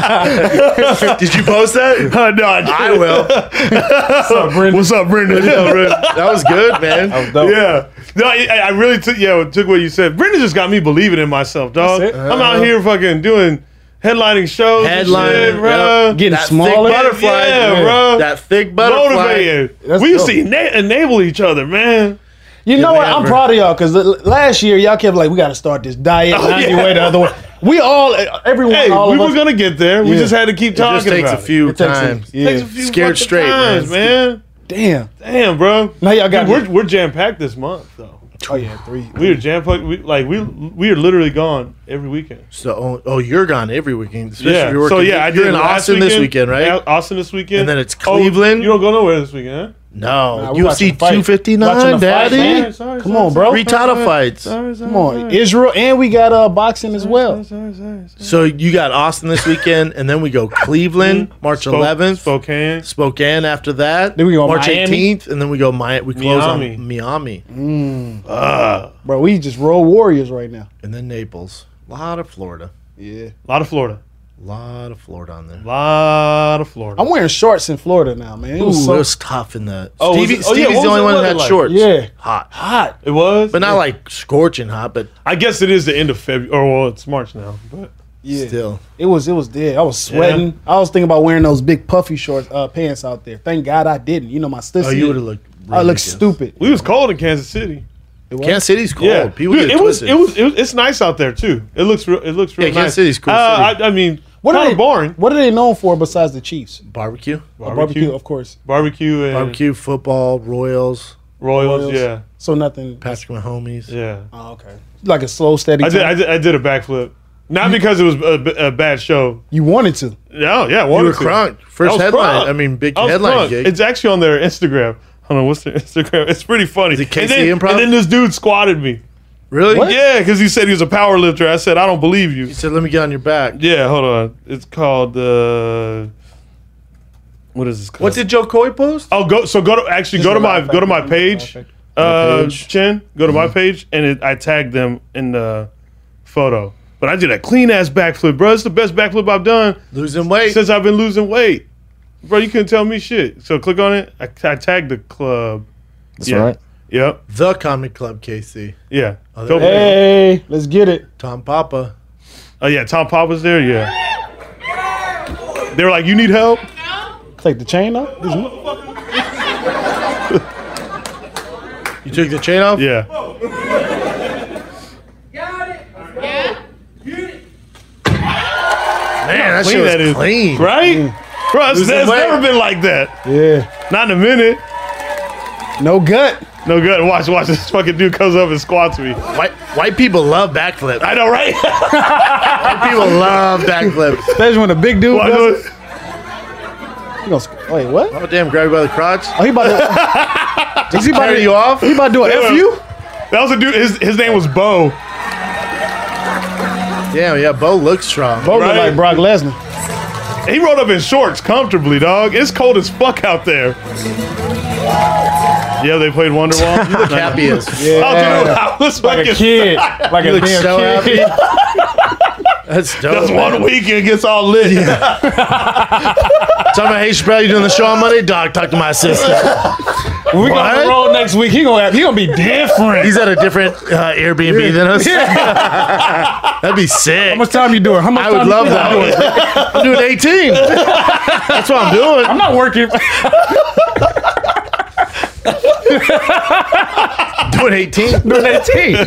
Did you post that?
Uh, no, I, didn't.
I will.
What's up, Brendan?
That was good, man.
yeah. No, I, I really took yeah took what you said. Brendan just got me believing in myself, dog.
That's it.
I'm out here fucking doing headlining shows,
Headlining,
headlining, shit, bro.
yep.
Getting
That
smaller.
thick butterfly,
Yeah, bro.
That thick butterfly.
Motivated.
That's
we used
dope.
to ena- enable each other, man.
You know what?
man,
I'm
bro.
proud of y'all because last year y'all kept like, we got to start this diet.
Oh,
ninety
yeah.
way the other way. We all, everyone,
Hey,
all
we
of
were
us-
gonna get there. We
Yeah.
just had to keep
It just
talking
takes
about
a few
It takes a-
times.
yeah.
It. Takes a few
Scared
fucking
straight, man.
times, man.
damn.
Damn, bro.
Now y'all got
Dude, we're we're jam packed this month though.
Oh yeah, three.
We are jam packed. We, like we we are literally gone every weekend.
So, oh, you're gone every weekend. Especially
yeah.
If you're
so
working.
yeah, I
you're
did
in
last
Austin this weekend, right?
Yeah, Austin this weekend,
And then it's
Oh,
Cleveland.
you don't go nowhere this weekend,
No,
Nah, we watching
UFC
the fight. Watching
259,
the fight,
huh?
Daddy.
Sorry, sorry,
Come
sorry,
on, bro.
sorry,
Three title fights.
sorry, sorry,
Come on,
sorry,
Israel, and we got uh boxing as well.
sorry, sorry, sorry.
So you got Austin this weekend, and then we go Cleveland March
Spoke-
11th,
Spokane.
Spokane after that.
Then we go
March
Miami.
18th, and then we go Mi- we close
Miami.
on Miami,
Bro, we just roll warriors right now.
and then Naples. A lot of Florida,
Yeah,
A lot of Florida.
a lot of Florida on there.
A lot of Florida.
I'm wearing shorts in Florida now, man. It
Ooh,
was so
it was tough in the.
Oh, was
Stevie,
it- oh, yeah,
Stevie's
what
the
was
only
the
one that
weather
had
like?
shorts.
Yeah.
hot,
hot.
it was,
but not like scorching hot, but
I guess it is the end of February. Or well, it's March now, but
Yeah,
still.
it was. It was dead. I was sweating. I was thinking about wearing those big puffy shorts, uh, pants out there. Thank God I didn't. You know, my sister.
Oh, you would have looked.
I look
ridiculous.
stupid.
we was cold in Kansas City.
Kansas City's cold.
Yeah,
Oh, People
Dude,
get
it, was,
twisted.
it was. It was. It's nice out there too. It looks. Real, it looks real
Yeah,
nice.
Kansas City's a cool
Uh,
city.
I, I mean,
What
kind
are they
of boring.
What are they known for besides the Chiefs?
barbecue,
A
Barbecue,
Barbecue, of course.
barbecue, and
barbecue, football, Royals,
Royals,
Royals.
Yeah,
So nothing.
Patrick Mahomes.
yeah.
Oh, okay. Like a slow, steady.
I did,
time.
I did. I did a backflip. Not because it was a, b- a bad show.
you wanted to.
No, yeah, I
You
wanted
were
to.
crunk.
I
First
was
headline.
crunk.
I mean, big
I was
headline
crunk.
gig.
It's actually on their Instagram. I don't know what's their Instagram. It's pretty funny.
it
and,
KC
then,
Improv?
and then this dude squatted me.
really?
What?
Yeah, because he said he was a power lifter. I said I don't believe you.
He said, "Let me get on your back."
Yeah, hold on. It's called. Uh, what is this called?
What did Joe Coy post?
Oh, go. So go to actually go to my go to my page, uh,
page.
Chen. Go to my page, and it, I tagged them in the photo. But I did a clean ass backflip, bro. It's the best backflip I've done
Losing weight.
since I've been losing weight, bro. You couldn't tell me shit. So click on it. I, I tagged the club.
That's
Yeah. right. Yep.
the Comic Club KC.
Yeah.
Oh,
Go-
there
Hey, let's get it.
Tom Papa.
oh yeah. Tom Pop was there. Yeah. They were like, "You need help."
Click the chain up. This mo-
You took the chain off?
Yeah.
Man, that shit
Clean
was
that is.
clean. Mm.
Right? Bro, it's,
Losing
it's
weight.
never been like that.
Yeah.
Not in a minute.
No gut.
No good. Watch, watch this fucking dude comes up and squats me.
White, white people love backflips.
I know, right?
White people love backflips.
That's when a big dude.
Watch
Does it.
this.
He gonna squ- Wait, what?
Oh, damn, grab you by the crotch.
Oh, he about to. is he about
Carry
to?
you off.
He about to do an
Yeah.
F you?
that was a dude. His, his name was Bo.
Damn, yeah, Bo looks strong.
Bo look
Right.
like Brock Lesnar.
He rolled up in shorts comfortably, dog. It's cold as fuck out there. Yeah, they played Wonderwall. you look
happy as f-
Oh, dude, I was
Like
fucking.
a kid. Like
You
a
look
damn
so
kid.
happy. That's dope.
That's one
man.
weekend gets all lit.
Talking about, hey, Chappelle, you doing the show on Monday? Dog, talk to my sister.
When we go on
What?
the road next week, he gonna have, he gonna be different.
He's at a different uh, Airbnb than us. That'd be sick.
How much time you doing? How much
I would
time you
love
doing?
that. I'm doing 18. That's what I'm doing.
I'm not working.
doing 18.
doing 18.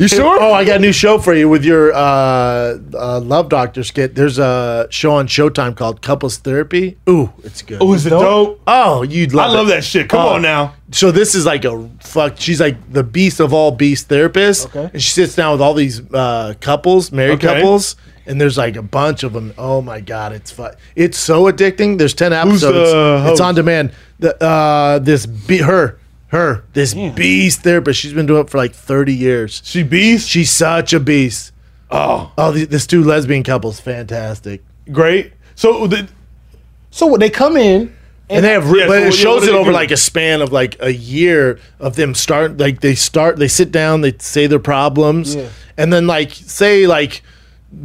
You sure?
Oh, I got a new show for you with your uh, uh, Love Doctor skit. There's a show on Showtime called Couples Therapy. Ooh, it's good.
Oh, is it dope?
Oh, you'd
I
love
love
it.
that shit. Come
Oh.
on now.
So this is like a fuck. She's like the beast of all beast therapists.
Okay.
And she sits down with all these uh, couples, married
Okay.
couples, and there's like a bunch of them. Oh my god, it's fu- It's so addicting. There's ten episodes.
Who's the
It's
host?
on demand. The uh, this be- her her this beast therapist. She's been doing it for like thirty years.
She beast.
She's such a beast. Oh, th- this two lesbian couple's fantastic.
Great. So the,
So what they come in,
And they have, re-
Yeah,
but it
so what- what
shows
do
it
they
over
do?
like a span of like a year of them start, like they start, they sit down, they say their problems,
Yeah.
and then like say like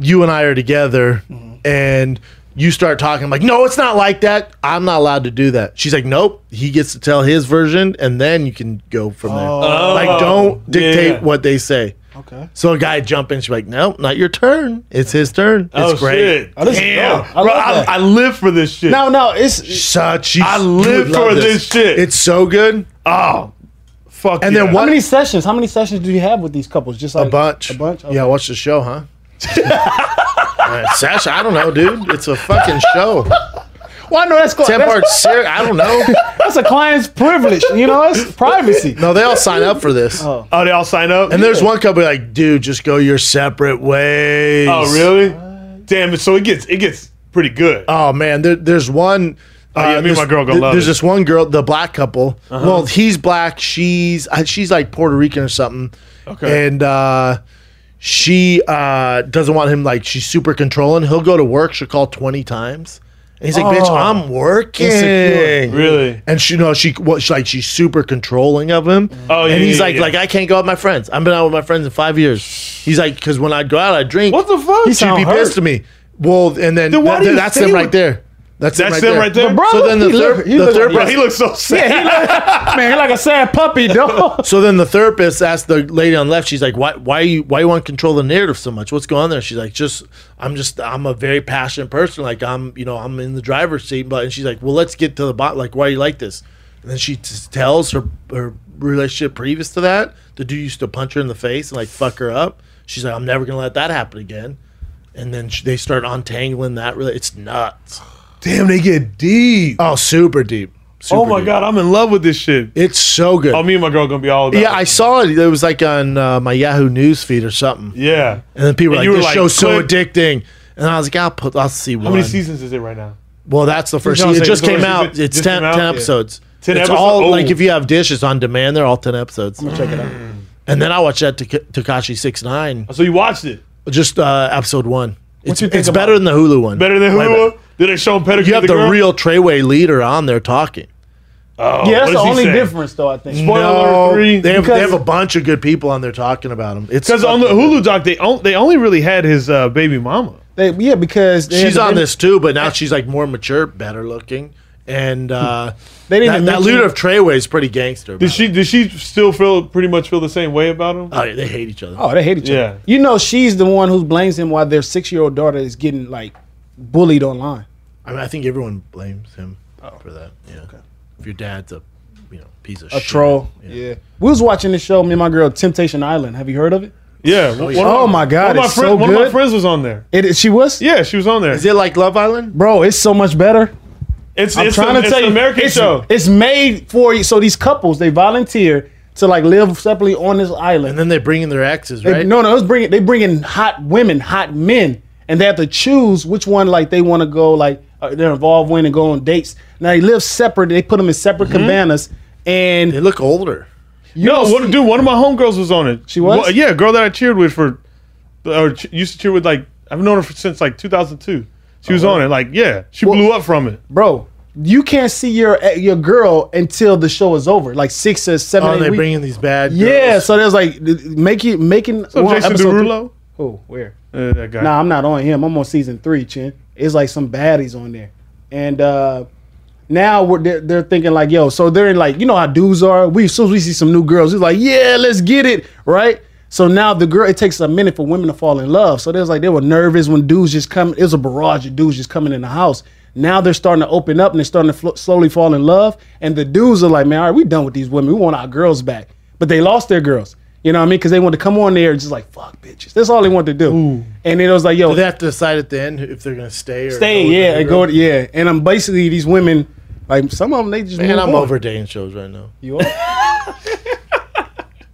you and I are together,
Mm-hmm.
and you start talking I'm like, no, it's not like that. I'm not allowed to do that. She's like, nope. He gets to tell his version, and then you can go from there. Like, don't dictate
Oh. Yeah.
what they say.
okay.
So a guy jump in, she's like, "No, not your turn. It's his turn. It's
oh
great."
shit!
Oh, this is
Damn,
dope. I
bro,
love
I,
that.
I live for this shit.
No, no, it's
Such
I live for this shit.
It's so good.
oh, fuck.
And then
yeah.
how
what-
many sessions? How many sessions do you have with these couples? Just like
A bunch.
A bunch.
Yeah, watch the show, huh? Uh, Sasha, I don't know, dude. It's a fucking show.
Well, I know that's cli-
Ten
that's,
part series. I don't know.
that's a client's privilege. You know, it's privacy.
No, they all sign up for this.
Oh, they all sign up.
And there's one couple like, dude, just go your separate ways.
Oh, really? Damn. So it gets it gets pretty good.
Oh man, there, there's one.
Oh,
uh,
yeah, me and
there's-
my girl gonna
th-
love
There's
it. Uh-huh.
this one girl, the black couple. Well, he's black. She's I- she's like Puerto Rican or something.
Okay.
And uh, she uh, doesn't want him like she's super controlling. He'll go to work. She'll call twenty times. And he's like, "Bitch, I'm working."
Oh. Really?
And she, no, she, what, she like, she's super controlling of him.
Oh, yeah,
And he's
yeah,
like,
yeah.
like, I can't go out with my friends. I've been out with my friends in five years. He's like, because when I go out, I drink.
What the fuck? He
She'd
sound
be
hurt.
pissed at me. Well, and then,
Then
th-
why do
th-
you
that's
stay
him right
with-
there. That's,
That's him right there.
bro,
So then the
he
third,
look- he
the
look
third,
like-
Bro, he looks so sad.
Man, he like a sad puppy, dog.
So then the therapist asked the lady on the left. She's like, "Why, why you, why you want to control the narrative so much? What's going on there?" She's like, "Just, I'm just, I'm a very passionate person. Like, I'm, you know, I'm in the driver's seat." But and she's like, "Well, let's get to the bottom. Like, why you like this?" And then she just tells her her relationship previous to that. The dude used to punch her in the face and like fuck her up. She's like, "I'm never gonna let that happen again." And then sh they start untangling that. Really, it's nuts.
Damn, they get deep.
Oh, super deep. Super
oh my
deep.
god, I'm in love with this shit.
it's so good.
Oh, me and my girl gonna be all about.
yeah, I
it.
saw it. It was like on uh, my Yahoo news feed or something.
yeah.
And then people were
And
like,
you were
"This
like,
show's
click.
so addicting." And I was like, "I'll put, I'll see one."
How many seasons is it right now?
Well, that's the first.
what I'm
season. It
saying.
just
So
came
it's-
out.
it's
It's
just
10,
came out?
10
Yeah.
episodes.
10
it's
episodes?
all like
Oh.
if you have Dish, it's on demand. They're all ten episodes. check it out. And then I watched that Takashi six nine,
Oh, So you watched it.
just uh, episode one. It's,
you think
it's
about
better
it?
than the Hulu one.
Better than
Way
Hulu? Did they show him pedicure?
You have
the,
the
girl?
real Treyway leader on there talking.
Oh,
yeah, that's
what
the
does he
only
say?
difference, though. I think.
Spoiler alert three.
Oh, They have, they
Because-
have a bunch of good people on there talking about him. It's
Because on the
fucking-
Hulu doc, they on, they only really had his uh, baby mama.
They, yeah, because they
she's
had-
on
they-
this too, but now she's like more mature, better looking, and uh,
They didn't
that,
even
that
mention-
leader of Treyway is pretty gangster. about
Did
it.
she? Did she still feel pretty much feel the same way about him?
Oh, yeah, they hate each other.
Oh, they hate each other.
Yeah.
You know, she's the one who blames him while their six-year-old daughter is getting like bullied online.
I mean, I think everyone blames him for that. Yeah, if your dad's a you know piece of
A
shit,
troll.
yeah.
We was watching this show, me and my girl, Temptation Island. Have you heard of it?
yeah. one- one of
Oh my God,
One of my,
it's
friend-
so
one of my
good.
friends was on there.
It is- she was.
Yeah, she was on there.
Is it like Love Island?
Bro, it's so much better.
It's,
I'm
it's
trying
the,
to
it's
tell
the
you,
American
it's,
show.
It's made for you. So these couples they volunteer to like live separately on this island.
And then they bring in their exes,
They-
right?
No, no, it was bringing they bringing hot women, hot men, and they have to choose which one like they want to go like uh, they're involved with and go on dates. Now they live separate. They put them in separate
Mm-hmm.
cabanas, and
they look older.
no,
don't
one,
see-
dude, one of my homegirls was on it.
She was?
One- yeah, a girl that I cheered with for, or ch- used to cheer with like I've known her for, since like 2002. She
Oh,
was on it. Like, yeah, she blew up from it.
bro, you can't see your eh, your girl until the show is over, like six or seven.
Oh, and
eight
they
weeks.
bring in these bad.
yeah,
girls.
so there's like th- make you making
So
one
Jason
episode three-
Derulo,
Oh, where?
uh, that guy.
Nah, I'm not on him. I'm on season three, Chin. It's like some baddies on there. And uh now we're, they're, they're thinking like, yo, so they're in like, you know how dudes are. We as soon as we see some new girls, it's like, yeah, let's get it, right? So now the girl, it takes a minute for women to fall in love. So there's like they were nervous when dudes just come. It was a barrage of dudes just coming in the house. Now they're starting to open up and they're starting to flo- slowly fall in love. And the dudes are like, man, all right, we done with these women. We want our girls back. But they lost their girls. You know what I mean? Because they want to come on there and just like fuck bitches. That's all they want to do. And then it was like, yo,
But they have to decide at the end if they're gonna stay or
stay,
go with
yeah,
the
and
girl.
go, to, yeah. And I'm basically these women, like some of them, they just
Man,
move
I'm
on.
over dating shows right now.
You are?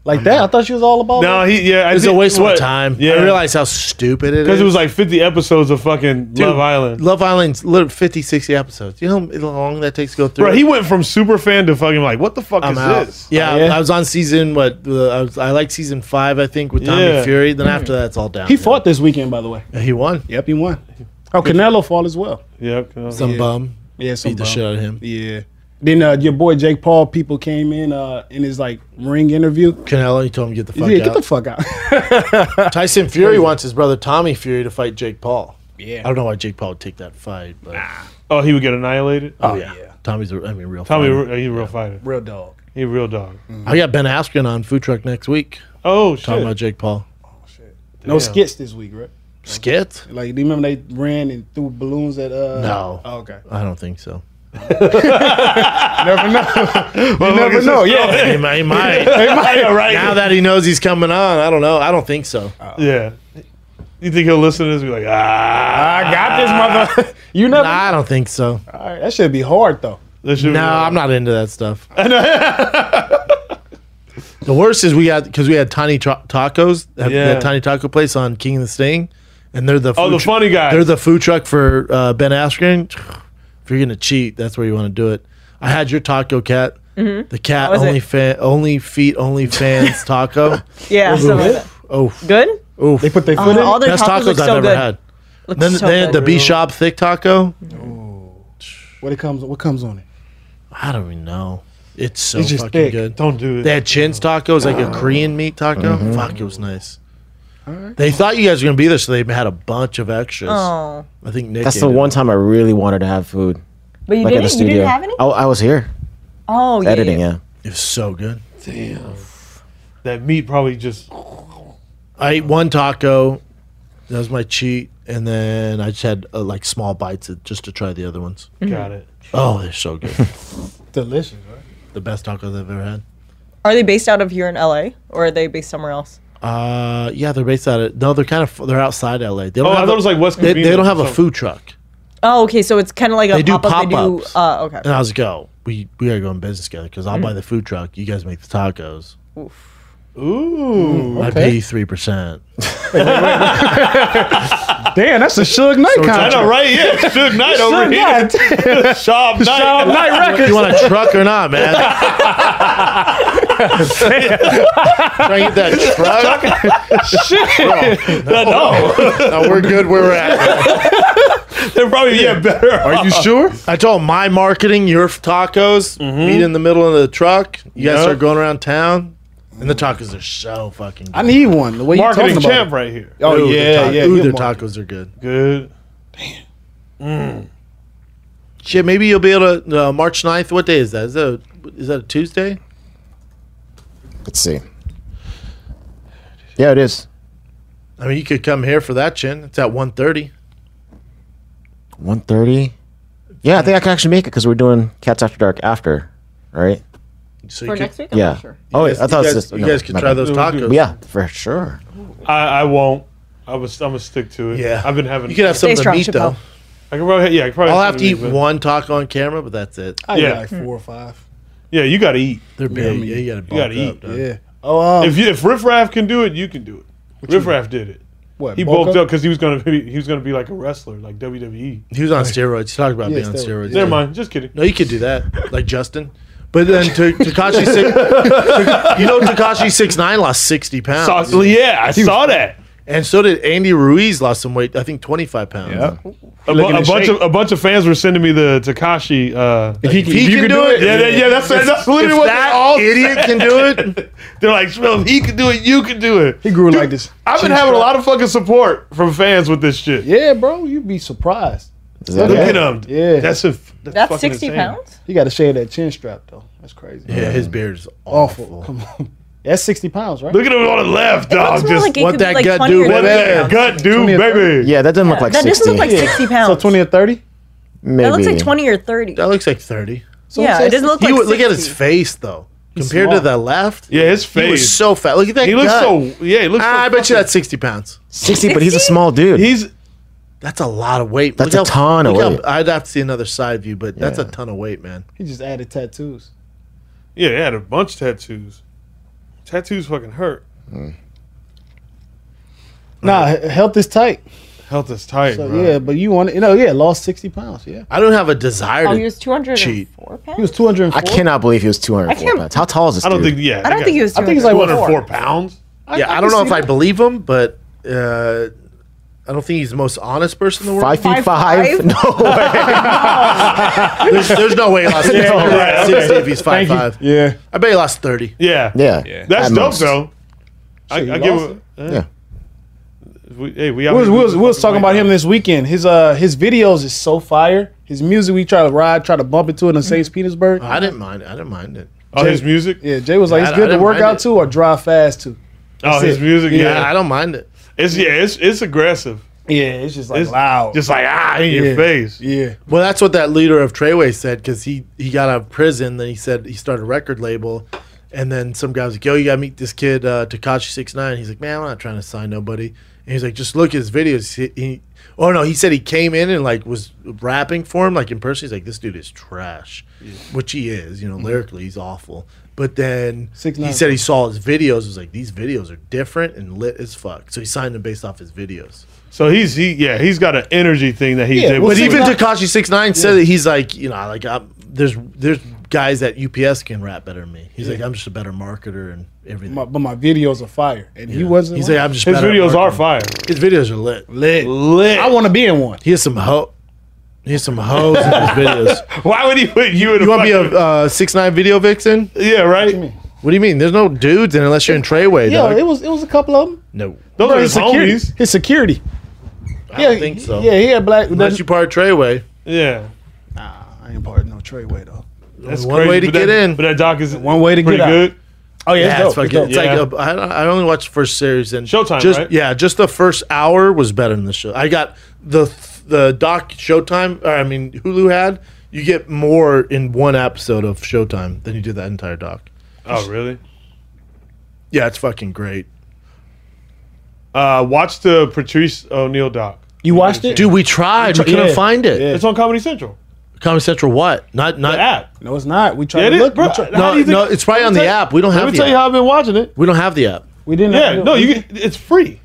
like that. I thought she was all about.
No,
that.
he yeah. I
It's a
did-
waste of my
what-
time.
Yeah,
I realize how stupid it is.
because it was like 50 episodes of fucking
Dude,
Love Island.
Love Island's literally 50, 60 episodes. You know how long that takes to go through?
Bro,
it?
he went from super fan to fucking like, what the fuck
I'm
is
out.
this?
Yeah,
Oh, yeah?
I was on season what? uh, I, was, I like season five, I think, with Tommy
Yeah.
Fury. Then after that, it's all down.
he fought this weekend, by the way.
He won.
Yep, he won. Oh, Canelo fought as well.
Yep. you know.
Some bum
Yeah,
beat the shit out of him.
Yeah. Then uh, your boy Jake Paul, people came in uh, in his like ring interview.
Canelo, he told him to get the fuck
yeah,
out.
get the fuck out.
Tyson Fury wants his brother Tommy Fury to fight Jake Paul. I
yeah.
don't know why Jake Paul would take that fight, but
Oh, he would get annihilated.
oh yeah. Tommy's a, I mean real.
Tommy,
fighter.
he's a real fighter.
Real dog.
He a real dog.
I got Ben Askren on food truck next week
Oh
talking about
shit.
Jake Paul.
No skits this week, right?
Skit?
Like, do you remember they ran and threw balloons at? Uh,
No.
Oh, okay.
I don't think so.
Never know.
Well,
never
look, it's
know,
just-
yeah.
He might. He might.
yeah, right. Uh,
now that he knows he's coming on, I don't know. I don't think so.
yeah. You think he'll listen to this? and Be like, ah,
I got this mother. you never.
Nah, I don't think so.
All right, that should be hard though.
this should
No, I'm not into that stuff. the worst is we had because we had Tiny Tra- Tacos, that,
Yeah.
that Tiny Taco place on King of the Sting, and they're the food
Oh, the
tr-
funny guy.
They're the food truck for uh, Ben Askren. If you're gonna cheat, that's where you want to do it. I had your taco cat, the cat
Mm-hmm. How was
only
it?
fan, only feet, only fans taco.
Yeah. So
Oh,
good.
oh,
They put their foot
all
in. it.
their
best
tacos
tacos
look
I've
so
ever
good.
had.
Looks
Then
so
they had the
good.
B shop thick taco.
What it comes? What comes on it?
I don't even know. It's so
It's just
fucking
thick.
good.
Don't do it.
They had chins tacos, like a Korean meat taco.
Mm-hmm.
Fuck, it was nice. They thought you guys were gonna be there, so they had a bunch of extras.
Oh,
I think Nick.
That's
ate
the
it.
one time I really wanted to have food.
but you
Like
didn't.
at the
You
studio.
didn't have any.
I, I was here
Oh, yeah.
editing,
yeah.
yeah.
It was so good.
that meat probably just.
I ate one taco. That was my cheat, and then I just had uh, like small bites of, just to try the other ones.
Got it.
Oh, they're so good.
Delicious, right?
the best tacos I've ever had.
Are they based out of here in LA or are they based somewhere else?
Uh, yeah, they're based out of no, they're kind of they're outside LA. They don't
Oh, I
have
thought
a-
it was like West.
they, they
Convenience
don't
or
have a
something.
food truck.
Oh, okay. So it's kind of like a
They do
pop-up. They do
pop-ups.
uh, okay.
And I was like, oh, we we gotta go in business together because I'll buy the food truck. You guys make the tacos.
Ooh.
I pay you three percent.
Damn, that's a Suge Knight
I
contract.
know, right? Yeah, Suge Knight over
Suge
here.
Knight.
Shop Knight.
Shaw Knight record.
You want a truck or not, man? Trying to get that truck. Shit. No, we're good where we're at.
They're probably yeah better. Are you sure?
I told my marketing, your f- tacos,
Mm-hmm.
meet in the middle of the truck. You guys
Yeah.
start going around town, and the tacos are so fucking good.
I need one. The way you're talking
Marketing
about.
champ
it.
right here.
Oh
Ooh,
yeah,
their ta-
yeah.
Ooh,
good
their
marketing.
tacos are good.
Good.
Shit, maybe you'll be able to, uh, March 9th, what day is that? Is that a, is that a Tuesday?
Let's see. Yeah, it is.
I mean, you could come here for that, Chin. It's at 1.30.
1.30. Yeah, I think I can actually make it because we're doing Cats After Dark after, right?
So you
For
could-
next week, I'm
Yeah.
not sure.
Oh,
you
wait,
guys-
I thought
you
it
guys,
was just.
you
no,
guys could
my
try
bad.
those tacos.
Yeah, for sure.
I, I won't. I was. I'm gonna stick to it.
Yeah.
I've been having.
You could have
Stay
something
strong,
to eat, though.
Chappelle.
I could probably. Yeah. I could probably
I'll have to
something
eat
but-
one taco on camera, but that's it.
I yeah.
Yeah.
like four or five.
Yeah. You got to eat.
They're big. Yeah, you gotta, bulk
gotta
up,
eat.
dog.
Yeah. Oh, um,
If you, if Riff Raff can do it, you can do it. Riff Raff did it.
what?
He
bulk
bulked up because he was gonna be, he was gonna be like a wrestler, like WWE.
He was on steroids. He talked about
Yeah,
being on
steroids.
steroids.
Never mind. Just kidding.
No, you could do that, like Justin. But then Ta- Takashi, six, you know, Takashi six nine lost sixty pounds,
Saw- yeah, I saw that.
and so did Andy Ruiz lost some weight. I think twenty five pounds.
A, bu-
Looking
a
to
bunch
shake.
of a bunch of fans were sending me the Takashi. Uh,
If he,
If he can do it,
yeah, yeah, yeah, that's that's literally
If
what they
that
all.
idiot can do it,
They're like, "Well, if he can do it, you can do it.
He grew
Dude,
like this.
I've been
cheese
having a
fry.
lot of fucking support from fans with this shit.
Yeah, bro, you'd be surprised.
Is that
Look at
it?
him.
Yeah.
that's a that's,
That's
fucking
60
insane.
pounds?
You got to shave that chin strap though. That's crazy.
yeah, his beard is
Oh,
Awful.
awful.
Come on. That's sixty pounds, right?
Look at him on the left, dog.
Looks more
Just
like it
what
could be
that
like
gut
20
do,
or
what
30
that
pounds.
gut, dude,
20 or
baby.
Yeah, that doesn't look like
that
60.
doesn't look like 60 pounds.
so twenty or thirty.
Maybe.
That looks like 20 or 30.
That looks like thirty.
So
yeah,
it's-
it doesn't look
He
like
would- look at his
60.
face though, compared to
small.
the left.
Yeah, his
he was
face.
so fat. Look at that.
He looks
gut. Ah,
so. Yeah, he looks. so
I bet you
fucking-
that's sixty pounds.
60, but he's a small dude.
He's
That's a lot of weight.
That's a ton of
look
weight.
I'd have to see another side view, but that's a ton of weight, man.
He just added tattoos.
yeah, he had a bunch of tattoos. Tattoos fucking hurt.
Nah, he- health is tight.
Health is tight,
So
bro.
yeah, but you want you know yeah, lost sixty pounds. Yeah,
I don't have a desire
Oh,
to
he was 204
Cheat.
pounds?
he was two hundred.
I cannot believe he was 204
can't-
pounds. How tall is this
I don't
dude?
think. Yeah,
I don't think he was
I think he's like
204 pounds.
yeah, I, don't know if I believe him, but uh, I don't think he's the most honest person in the world.
Five feet five?
Five five?
No way.
There's, there's no way he lost 60
right, okay.
60 if he's five, five.
Yeah,
I bet he lost 30.
Yeah,
Yeah.
That's
At
dope
most.
though. I,
you
I give.
lost
it-
Yeah.
We, hey, we,
we was, we was, we was talking about him this weekend. His uh his videos is so fire. His music we try to ride, try to bump into it in St. Petersburg.
I didn't mind. I didn't mind it.
Oh, his music.
Yeah, Jay was like,
Yeah,
it's
I-
good
I
to
didn't
work
mind
out
it.
to or drive fast to.
Oh, his
it.
music.
Yeah,
Yeah.
I don't mind it.
It's yeah. It's it's aggressive.
Yeah, it's just like
It's
loud.
Just like ah in
Yeah.
your face.
yeah,
Well, that's what that leader of Treyway said because he, he got out of prison. Then he said he started a record label. And then some guy was like, yo, you got to meet this kid, uh, Takashi69. He's like, man, I'm not trying to sign nobody. And he's like, just look at his videos. He, he, oh, no, he said he came in and like was rapping for him, like in person. He's like, this dude is trash, which he is, you know, lyrically, he's awful. But then
6ix9ine.
he said he saw his videos. was like, these videos are different and lit as fuck. So he signed him based off his videos.
So he's he yeah he's got an energy thing that he
Yeah,
did.
well,
But
see,
he,
even
not-
Takashi Six Nine said that he's like, you know, like I'm, there's there's guys at UPS can rap better than me. He's like, I'm just a better marketer and everything.
my, but my videos are fire, and he wasn't.
He's
lying.
like, I'm just
his
better at
videos are
marketing."
fire.
His videos are lit.
lit.
Lit.
I want to be in one.
He has some hoe. He has some hoes in his videos.
Why would he put you in?
You
a
want to be a
fucking-
uh, six nine video vixen?
yeah right?
What do you mean? There's no dudes in it unless you're in Treyway.
Yo,
dog.
it was it was a couple of them.
no,
Those are
his
his
security.
homies.
His security.
I don't think so.
Yeah, he had black.
Unless you part of Treyway.
Yeah.
I ain't part of no Treyway though.
That's
One way to
but that-
get in.
But that doc is
One way to
pretty
get out.
good.
Oh yeah,
Yeah, it's, fucking. It's
dope.
like a, I, don't- I only watched first series and
Showtime,
Just
right?
yeah, just the first hour was better than the show. I got the the doc Showtime. Or I mean Hulu had. You get more in one episode of Showtime than you did that entire doc.
Oh really?
Yeah, it's fucking great,
Uh, watch the Patrice O'Neill doc.
You watched it?
dude. We tried. We couldn't
yeah,
find it.
yeah.
It's on Comedy Central.
Comedy Central. What? Not
The
not.
app.
No, it's not. We tried
Yeah, it
to
is,
look.
bro.
we, tried-
How
No,
do you think-
no, it's right
Let
on
me
the
tell you-
app. We don't
Let
have
me
the
tell you
app.
how I've been watching it.
We don't have the app.
we didn't.
Yeah, no, you. Can, it's free.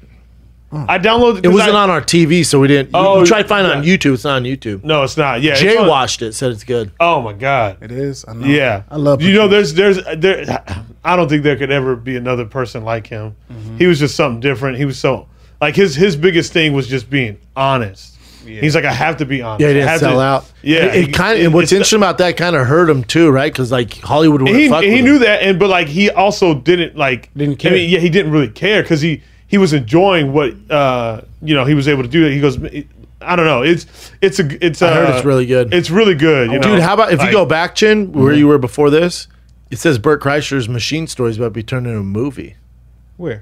I downloaded.
Hmm. It wasn't on our TV, so we didn't. we-
Oh,
we tried finding it on
yeah.
YouTube. It's not on YouTube.
No, it's not. Yeah, it's
Jay
on-
watched it. Said it's good.
Oh my god.
It is. I know.
Yeah,
I love.
You know, there's there's there. I don't think there could ever be another person like him.
Mm-hmm.
He was just something different. He was so like his his biggest thing was just being honest. He's like, I have to be honest.
Yeah, he
I
didn't
have
sell
to-
out.
Yeah,
it, kind of. And what's
it's-
interesting about that kind of hurt him too, right? Because like Hollywood would
He
fuck
he
with
knew
him.
that, and but like he also didn't like
Didn't
I
care.
mean, yeah, he didn't really care because he he was enjoying what uh you know he was able to do. He goes. I don't know. It's it's a it's. Uh,
heard it's really good.
It's really good. You know?
Dude, how about if
Like, Mm-hmm.
you go back, Chin, where you were before this? It says Bert Kreischer's Machine Story is about to be turned into a movie.
Where?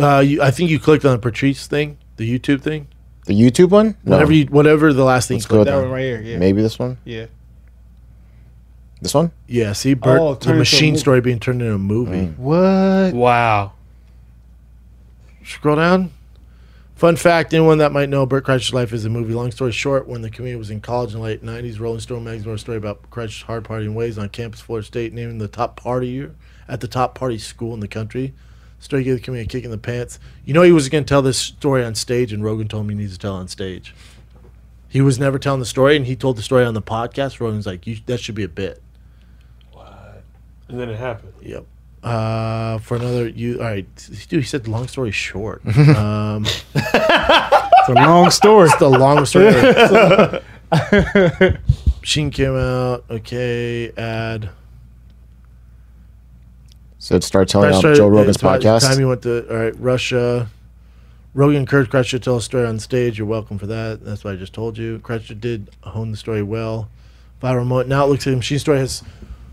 Uh, you, I think you clicked on the Patrice thing, the YouTube thing,
The YouTube one? No.
whatever you, whatever the last thing. you
Let's go
clicked
That
on.
one right here. Yeah.
Maybe this one?
Yeah.
This one?
Yeah, see, Bert,
Oh, turned into
the
a
Machine
movie.
Story being turned into a movie.
Mm.
What?
Wow.
Scroll down. Fun fact: Anyone that might know, Bert Kreischer's life is a movie. Long story short, when the comedian was in college in the late '90s, Rolling Stone magazine wrote a story about Kreischer's hard partying ways on campus, Florida State, naming the top partier at the top party school in the country. Story gave the comedian a kick in the pants. You know he was going to tell this story on stage, and Rogan told him he needs to tell it on stage. He was never telling the story, and he told the story on the podcast. Rogan's like, you, "That should be a bit."
And then it happened.
Yep. Uh, for another, you all right, dude? He said, "Long story short." Um,
It's a long story.
It's the longest story. Sheen came out. Okay, ad.
So it starts telling
Russia-
out Joe Rogan's
it's about the Time
podcast.
you went to all right Russia. Rogan encouraged Crutcher to tell a story on stage. You're welcome for that. That's what I just told you. Crutcher did hone the story well. Viral moment. Now it looks like Machine Story has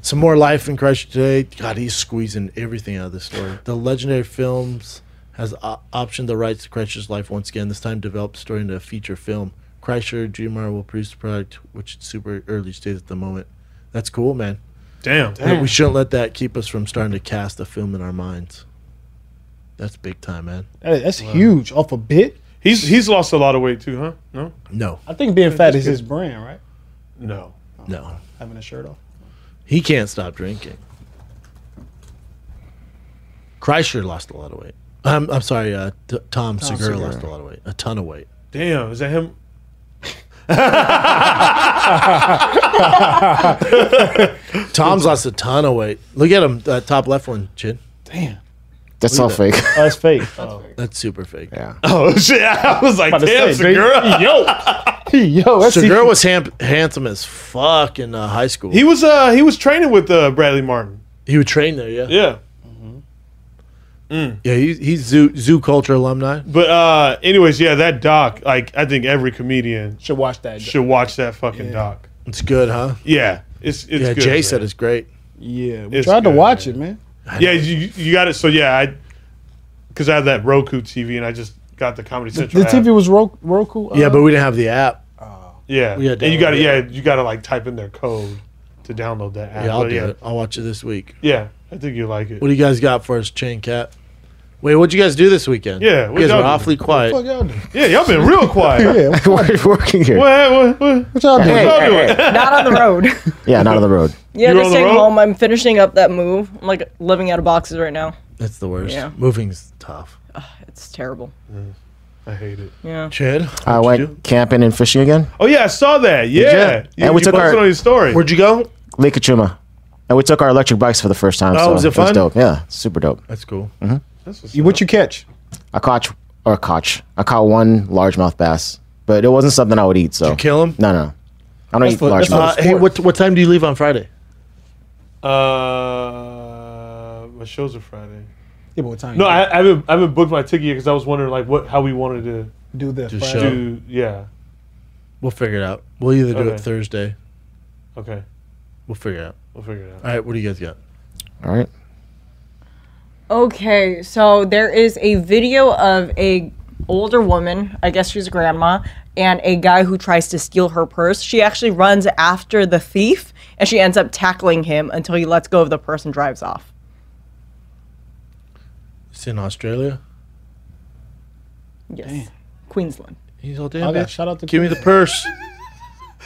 some more life in Crutcher today. God, he's squeezing everything out of this story. The legendary films has o- optioned the rights to Kreischer's life once again. This time, developed the story into a feature film. Kreischer Dreamer will produce the product, which is super early stage at the moment. That's cool, man.
Damn.
That we shouldn't let that keep us from starting to cast a film in our minds. That's big time, man.
That- that's huge. Off a bit.
He's he's lost a lot of weight too, huh? No.
No,
I think being fat is his brand, right?
No.
no.
Having a shirt off.
He can't stop drinking. Kreischer lost a lot of weight. I'm, I'm sorry, uh, t- Tom, Segura, lost a lot of weight, a ton of weight.
Damn, is that him?
Tom's lost a ton of weight. Look at him, that top left one, Chin.
That's all fake.
Oh, that's fake. Oh.
That's super fake.
yeah.
Oh shit! I was like,
About to
damn,
say,
Segura.
Yo, yo, that's
Segura was ham- handsome as fuck in uh, high school.
He was uh he was training with uh Bradley Martin.
He would train there, yeah.
Yeah.
Yeah, he, he's zoo, zoo culture alumni.
But uh anyways, yeah, that doc, like I think every comedian
should watch that.
should watch that fucking doc.
It's good, huh?
Yeah. It's it's
yeah,
good,
Jay
man.
said it's great.
Yeah, we
It's
tried to
good,
watch it, man.
Yeah, you you got it. So yeah, I because I have that Roku TV and I just got the Comedy Central.
The
app.
TV was Ro- Roku. Uh,
Yeah, but we didn't have the app.
Yeah,
Yeah,
and you got to
download
yeah, you got to like type in their code to download that app.
Yeah, I'll
But
do
yeah,
it. I'll watch it this week.
yeah, I think you like it.
What do you guys got for us, Chain Cat? Wait, what'd you guys do this weekend?
Yeah,
you
what
guys
y'all
were
do?
awfully quiet.
fuck y'all do?
yeah, y'all been real quiet.
Yeah, what
We're working here.
What, what, what,
what y'all doing?
y'all doing?
Not on the road.
Yeah, not on the road.
yeah,
You're on
just
the
staying
road?
home. I'm finishing up that move. I'm like living out of boxes right now.
That's the worst.
Yeah.
Moving's tough.
It's terrible.
I hate it.
Yeah.
Chad,
I
what'd you
went camping and fishing again.
Oh yeah, I saw that. Yeah,
ya? And we
you
took
posted
our-
on your story.
do? Where'd you go?
Lake Achuma. And we took our electric bikes for the first time.
Oh,
so
was it fun?
dope. Yeah, super dope.
That's cool.
You- What you catch?
I caught or caught. I caught one largemouth bass, but it wasn't something I would eat. So
you kill him?
No, no. I don't eat
what- that's
largemouth.
Uh, hey, what what time do you leave on Friday?
Uh, my shows are Friday.
Yeah, but what time?
No,
you
I, I haven't I haven't booked my ticket yet because I was wondering like what how we wanted to
do this.
Just show.
Friday?
do. Yeah.
We'll figure it out. We'll either do
Okay.
it Thursday.
Okay,
We'll figure it out.
we'll figure it out.
All right, what do you guys got?
All right.
Okay, so there is a video of a older woman, I guess she's a grandma, and a guy who tries to steal her purse. She actually runs after the thief and she ends up tackling him until he lets go of the purse and drives off.
It's in Australia.
Yes. Queensland.
He's all damn
I got
bitch.
shout out to
Give me the purse.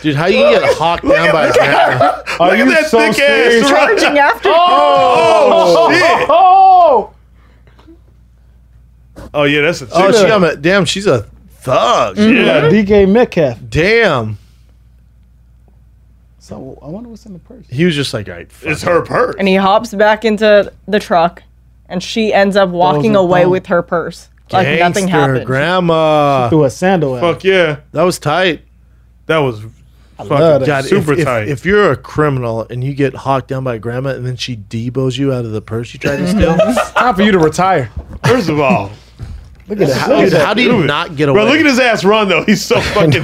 Dude, how you gonna get hawked down by a grandma?
Look at that thick ass. right?
Charging after
Oh shit!
Oh,
Oh yeah, that's a chick.
Oh, she got a, damn, she's a thug.
yeah.
DK Metcalf.
Damn.
So I wonder what's in the purse.
He was just like, all right, fuck
It's her purse.
and he hops back into the truck and she ends up walking
a
away
bump.
with her purse. Like nothing
Gangster,
happened.
Grandma.
Threw a sandal out.
Fuck yeah,
That was tight.
that was
love
fucking
that.
God, if-
super
if, if,
tight.
you're a criminal and you get hawked down by grandma and then she debos you out of the purse you tried to steal,
Time for you to retire.
First of all,
Look at that.
dude, how do you
Dude.
not get away?
bro, look at his ass run though. He's so fucking, he's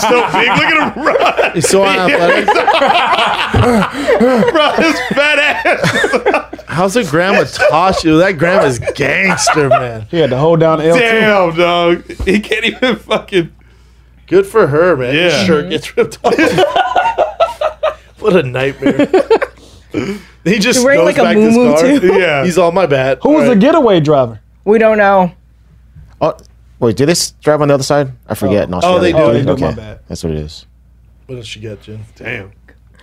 so big. Look at him run,
He's so unathletic.
bro. His fat ass.
How's a grandma toss you? That grandma's gangster, man.
He had to hold down L two.
Damn, dog. He can't even fucking.
Good for her, man. His
Yeah.
shirt gets ripped off. what a nightmare. he just
You're wearing
goes
like a
back to his
muumuu,
car.
too.
Yeah.
He's all my bad.
Who was the getaway driver?
we don't know.
Oh, wait. Do they s- drive on the other side? I forget. in Australia.
they do. Oh, they
do, my bad.
That's what it is.
What did she get, Jen?
Damn.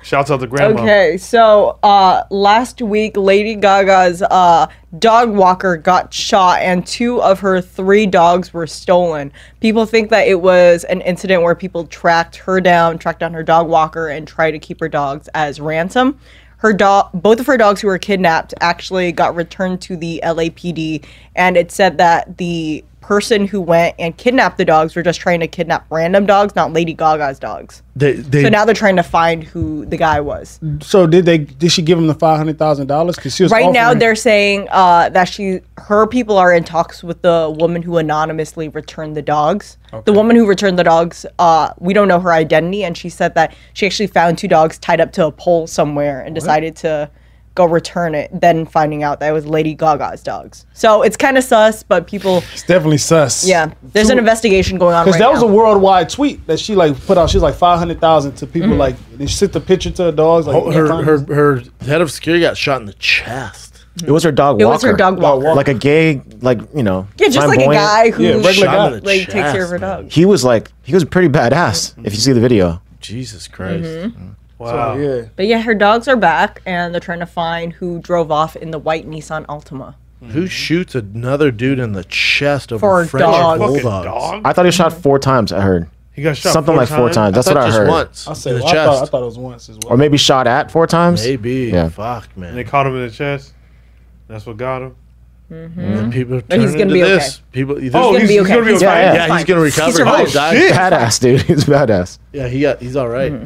Shouts out to grandma.
Okay, so uh, last week, Lady Gaga's uh, dog walker got shot, and two of her three dogs were stolen. People think that it was an incident where people tracked her down, tracked down her dog walker, and tried to keep her dogs as ransom. Her dog, both of her dogs who were kidnapped, actually got returned to the LAPD, and it said that the person who went and kidnapped the dogs were just trying to kidnap random dogs, not Lady Gaga's dogs.
They, they,
So now they're trying to find who the guy was.
So did they? Did she give him the five hundred thousand dollars? Because she was
Right now,
offering-
they're saying uh, that she, her people are in talks with the woman who anonymously returned the dogs. The woman who returned the dogs, uh, we don't know her identity, and she said that she actually found two dogs tied up to a pole somewhere and decided to go return it. Then finding out that it was Lady Gaga's dogs. So it's kind of sus, but people,
It's definitely sus.
yeah, there's an investigation going on.
Because
right
that was
now.
a worldwide tweet that she like put out. She was like five hundred thousand to
Mm-hmm.
people. Like and she sent the picture to her dogs. Like
Oh, her, her, her head of security got shot in the chest.
It was her dog
It
walker.
was her dog walker.
Like a gay, like you know.
yeah, just like a
flamboyant-
guy who
Yeah, regular
shot-
guy.
in the
like takes care of
chest,
her
man.
dog.
He was like he was pretty badass. If you see the video,
Jesus Christ.
Mm-hmm.
Wow.
yeah.
But yeah, her dogs are back, and they're trying to find who drove off in the white Nissan Altima.
Mm-hmm. Who shoots another dude in the chest over
For a
French
dog.
Fucking
bulldogs?
dog.
I thought he was shot four times. I heard
He got shot
something
four
like four times. That's
I
what
thought
I
just
heard.
once
I
in
said,
the
well, I,
chest.
thought, I thought it was once as well.
Or maybe shot at four times.
Maybe.
Yeah.
Fuck, man.
And they caught him in the chest. That's what got him.
mm-hmm.
And people turn
he's gonna
into
be okay.
this. People. this-
Oh,
gonna
he's,
be
he's
okay.
gonna be
He's
okay.
fine.
yeah, he's
fine.
gonna
He
recover.
survived. Oh,
He died.
Shit.
Badass, dude. He's badass.
Yeah, he got, he's all right.
Mm-hmm.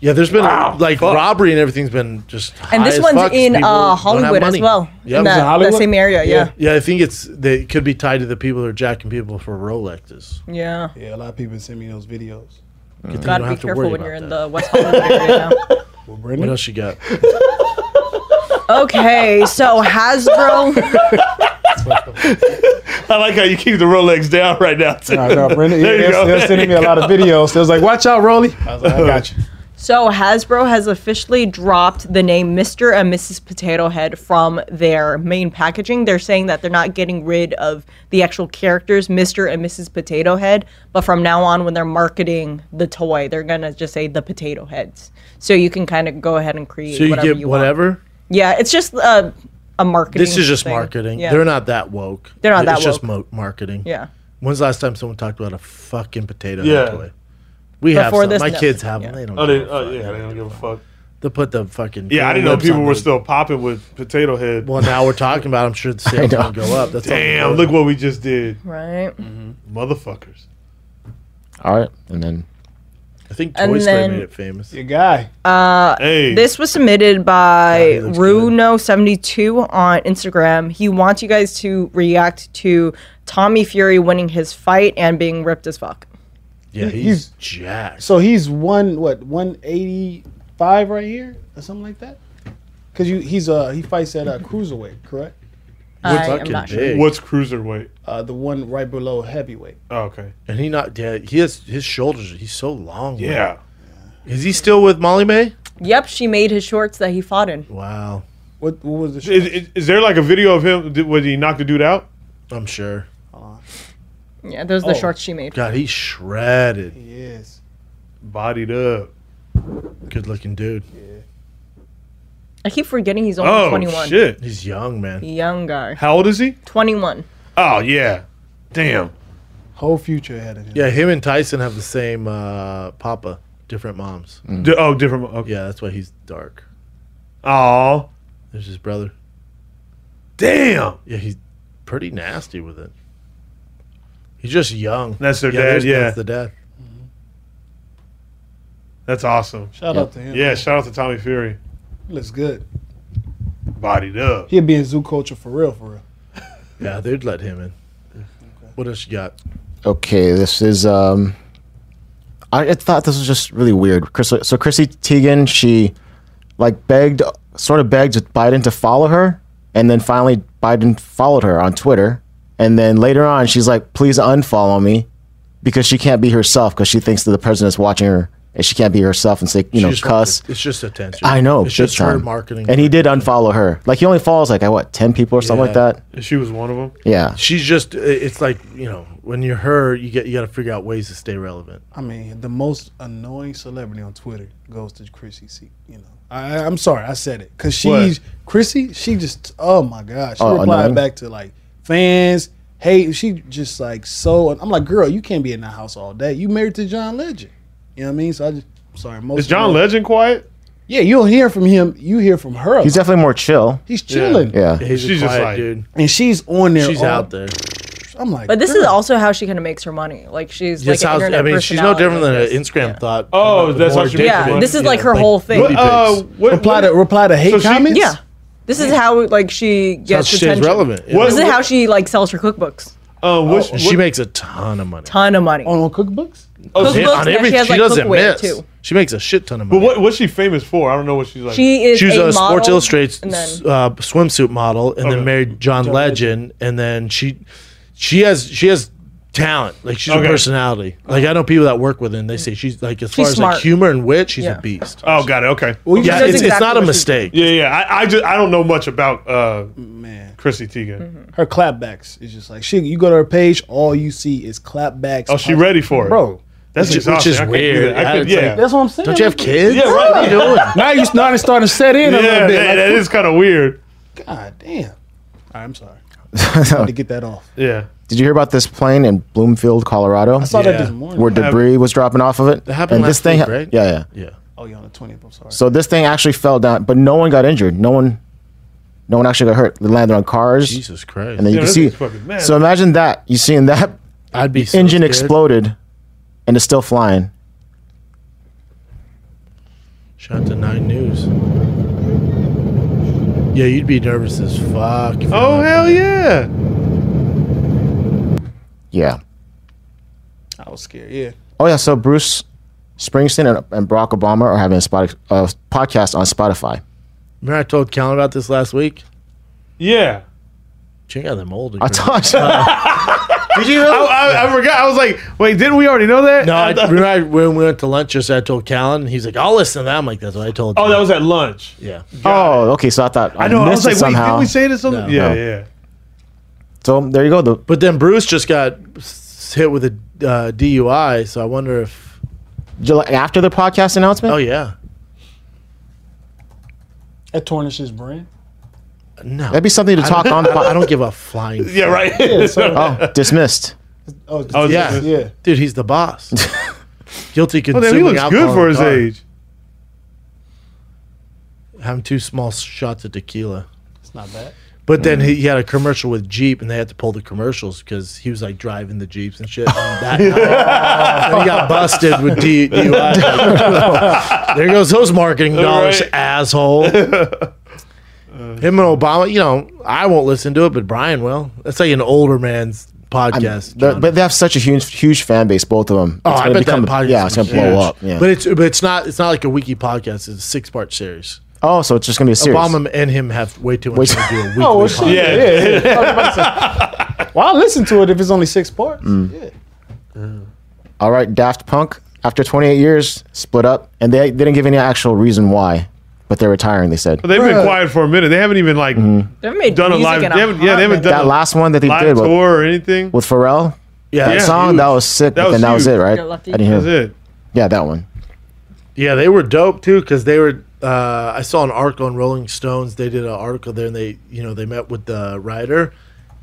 Yeah, there's been like robbery and everything's been just.
And
high
this
as
one's
fuck 'cause
in
people don't
uh,
have
Hollywood as
money.
well.
Yeah, it was
in
in
that, that
Hollywood?
same area. Yeah.
Yeah, I think it's they could be tied to the people that are jacking people for Rolexes.
Yeah.
yeah, a lot of people send me those videos.
Good thing you
Hmm. Gotta
don't
be
have to
careful
worry
when
about
you're in
that.
the West Hollywood area now.
Well,
What
Brendan,
else you got?
Okay, so Hasbro.
I like how you keep the Rolex down right now. too.
no, no, Brendan,
There you
they're,
go.
they're sending me a lot of videos. They was like, "Watch out, Rolly." I was like, "I got you."
So Hasbro has officially dropped the name Mr. and Mrs. Potato Head from their main packaging. They're saying that they're not getting rid of the actual characters, Mr. and Mrs. Potato Head, but from now on, when they're marketing the toy, they're gonna just say the Potato Heads. So you can kind of go ahead and create
So you
whatever
get
you want.
whatever.
Yeah, it's just a, a marketing.
This is just
thing.
marketing.
Yeah.
They're not that woke.
They're not
it's
that
It's just
woke.
mo- marketing.
Yeah.
When's the last time someone talked about a fucking potato
Yeah.
head toy? We have
Before
some.
this,
My
no.
kids have them.
Yeah.
They don't.
Oh,
give
they,
a
oh
fuck.
yeah, they don't give a fuck.
They put the fucking.
Yeah, I didn't know
lips
people
on
were
the-
still popping with potato head.
Well, now we're talking about. I'm sure the sales
know.
gonna go up. That's all
Damn,
important.
look what we just did,
Right.
motherfuckers.
All right, and then
I think
And
Toy Story
then-
made it famous.
Your guy.
Hey,
This was submitted by
God, he looks
Runo72 on Instagram. He wants you guys to react to Tommy Fury winning his fight and being ripped as fuck.
Yeah, he's, jacked.
So he's one what one eighty five right here or something like that. Because you he's uh he fights at uh, cruiserweight, correct?
I am
fucking
not sure.
big.
what's cruiserweight?
Uh, the one right below heavyweight.
Oh, okay,
And he not. Yeah, he has his shoulders. He's so long. man.
yeah.
Is he still with Molly May?
Yep, she made his shorts that he fought in.
Wow.
What what was the
Is, is, is there like a video of him? Did, was he knocked the dude out?
I'm sure.
Yeah, those are the
Oh.
shorts she made.
God, he's shredded.
Yes.
Bodied up.
Good looking dude.
I keep forgetting he's only
Oh
21.
shit!
He's young, man.
Young guy.
How old is he?
21.
Oh yeah. Damn.
Whole future ahead of him.
Yeah, him and Tyson have the same uh, papa, different moms.
Mm.
D- oh, different. Okay.
Yeah, that's why he's dark.
Oh,
There's his brother.
damn.
Yeah, he's pretty nasty with it. He's just young.
That's their dad,
there's-
yeah.
that's the dad.
That's awesome.
Shout out to him.
Yeah, shout out to Tommy Fury.
He looks good.
Bodied up.
He'll be in zoo culture for real, for real.
Yeah, they'd let him in. What else you got?
okay, this is um, I I thought this was just really weird. Chris, so Chrissy Teigen, she like begged, sort of begged Biden to follow her, and then finally Biden followed her on Twitter, and then later on she's like, please unfollow me, because she can't be herself because she thinks that the president's watching her and she can't be herself and say you
She
know
just wants
cuss.
it- It's just attention.
I know,
It's
big
just her
time.
marketing.
And he did unfollow her. Like he only follows like I what ten people or something
Yeah.
like that.
She was one of them.
Yeah.
She's just. i- It's like you know, when you're her, you get you got to figure out ways to stay relevant.
I mean, the most annoying celebrity on Twitter goes to Chrissy. C, you know, I, I- I'm sorry, I said it because she's Chrissy. She just, oh my god, she
Oh,
replied
annoying?
back to like fans. Hey, she just like so. I'm like, girl, you can't be in that house all day. You married to John Legend. You know what I mean? So I just, I'm sorry, most
Is John
of the-
Legend quiet?
Yeah, you don't hear from him. You hear from her.
He's
He's,
definitely more chill.
chilling,
Yeah.
He's
She's
she's
just
quiet
like-
dude.
and she's on there.
She's
all-
out there.
I'm like,
But this is
girl.
also how she kind of makes her money. Like she's
Just
like an
how,
internet
I mean, she's no
personality
different than
like
an
this.
Instagram thought.
Oh,
About
that's
more
how she
ridiculous-
makes her
Yeah,
money.
this is like her whole thing.
booty pics.
Uh, what,
reply
what-
to reply to hate
So she-
comments.
Yeah. This is how like she
That's
gets
how she stays
attention.
relevant. Yeah.
What-
This is how she like sells her cookbooks.
uh, what's-
And she
what-
makes a ton of money.
Ton of money.
on, on cookbooks.
oh, she-
Cookbook- Cookbooks, and she has, like, cookware, too.
She makes a shit ton of
but
money.
what, what's she famous for? I don't know what she's like.
She is
she was
a,
a, Sports
model,
Illustrated
and then-
uh, swimsuit model, and
Okay.
then married John, Legend, and then she she has she has talent. Like she's
Okay.
a personality. Like I know people that work with her, and they say she's like as far as
smart.
like humor and wit, she's
Yeah.
a beast.
oh, got it. Okay.
Well, you
yeah,
just-
it's, it's
exactly
not a
what she-
mistake.
yeah, yeah. I, I just I don't know much about uh,
man.
Chrissy Teigen.
her clapbacks is just like she. You go to her page, all you see is clapbacks.
Oh, she ready for it,
bro?
That's
Which- which
exhausting.
is
I couldn't do
weird.
that. I could,
Yeah, it's
yeah,
like-
That's what I'm saying.
Don't you have kids?
Yeah, right.
What are you doing?
Now you starting starting to set in a
yeah.
little bit.
that-
like,
that is kind of weird.
God damn. I'm sorry. Had to get that off.
Yeah.
Did you hear about this plane in Bloomfield, Colorado?
I saw that this
Yeah.
morning.
where debris was dropping off of it. That
happened
and
last
this thing,
week, right?
Yeah, yeah.
Yeah.
oh, yeah, on the 20th. I'm sorry.
So this thing actually fell down, but no one got injured. No one, no one actually got hurt. It landed on cars,
Jesus Christ.
and then you
Yeah,
can
that
see.
thing's fucking mad.
So imagine that you seeing that
I'd be so
engine
scared.
exploded, and it's still flying.
Shout out to Nine News. Yeah, you'd be nervous as fuck. if you're
Oh
on that
hell
plane.
yeah!
Yeah.
I was scared. Yeah.
Oh yeah. So Bruce Springsteen and, and Barack Obama are having a spot, uh, podcast on Spotify.
Remember I told Callan about this last week?
Yeah.
Check out them old.
I told you. Did you
I,
really?
Oh, I, I forgot. I was like, wait, didn't we already know that?
No, I,
I thought-
remember I, when we went to lunch yesterday, I told Callan, and he's like, I'll listen to that. I'm like, that's what I told
oh,
you.
that was at lunch.
Yeah.
Oh, okay. So I thought I,
I know. I
missed
was like,
it
wait,
somehow.
didn't we say this on?
No.
The- yeah,
No.
yeah.
so there you go. The,
But then Bruce just got s- hit with a uh, DUI, so I wonder if.
July, after the podcast announcement.
Oh, yeah.
That tarnishes brand.
No.
That'd be something to talk on. The
I
pod-
don't give a flying.
Yeah, right.
Yeah, so,
oh, dismissed.
oh,
I was
Yeah.
Like,
yeah.
Dude, he's the boss. Guilty
well,
consuming
Oh, then he looks
alcohol
good
in
for
the
his
car.
age.
Having two small shots of tequila.
It's not bad.
But then
Mm-hmm.
he, he had a commercial with Jeep, and they had to pull the commercials because he was like driving the Jeeps and shit. And that and he got busted with D, DUI. there goes those marketing dollars,
Right.
asshole. Him and Obama, you know, I won't listen to it, but Brian will. That's like an older man's podcast.
They're-
John.
but they have such a huge, huge fan base, both of them.
oh, I bet that podcast
yeah, it's gonna
is
blow
huge.
up. Yeah.
But it's but it's not it's not like a wiki podcast. It's a six part series.
oh, so it's just gonna be a series.
Obama and him have way too much
Which-
to do. A weekly
Oh,
podcast.
shit. Yeah. yeah, yeah. I was about to say, well, I'll listen to it if it's only six parts. Yeah.
All right, Daft Punk after 28 years split up, and they, they didn't give any actual reason why, but they're retiring. They said
But they've been quiet for a minute. They haven't even like
They haven't made
done a
music
live.
in
They haven't,
hot
yeah, they haven't
minute.
done
that
a
last one that they
live
did
tour
with,
or anything.
with Pharrell.
Yeah,
That
Yeah.
song
huge.
that was sick,
That
but
was
then that was
huge.
it, right?
Got lucky.
I didn't hear.
That's it.
Yeah, that one.
Yeah, they were dope too because they were. Uh, I saw an article on Rolling Stones. They did an article there, and they, you know, they met with the writer,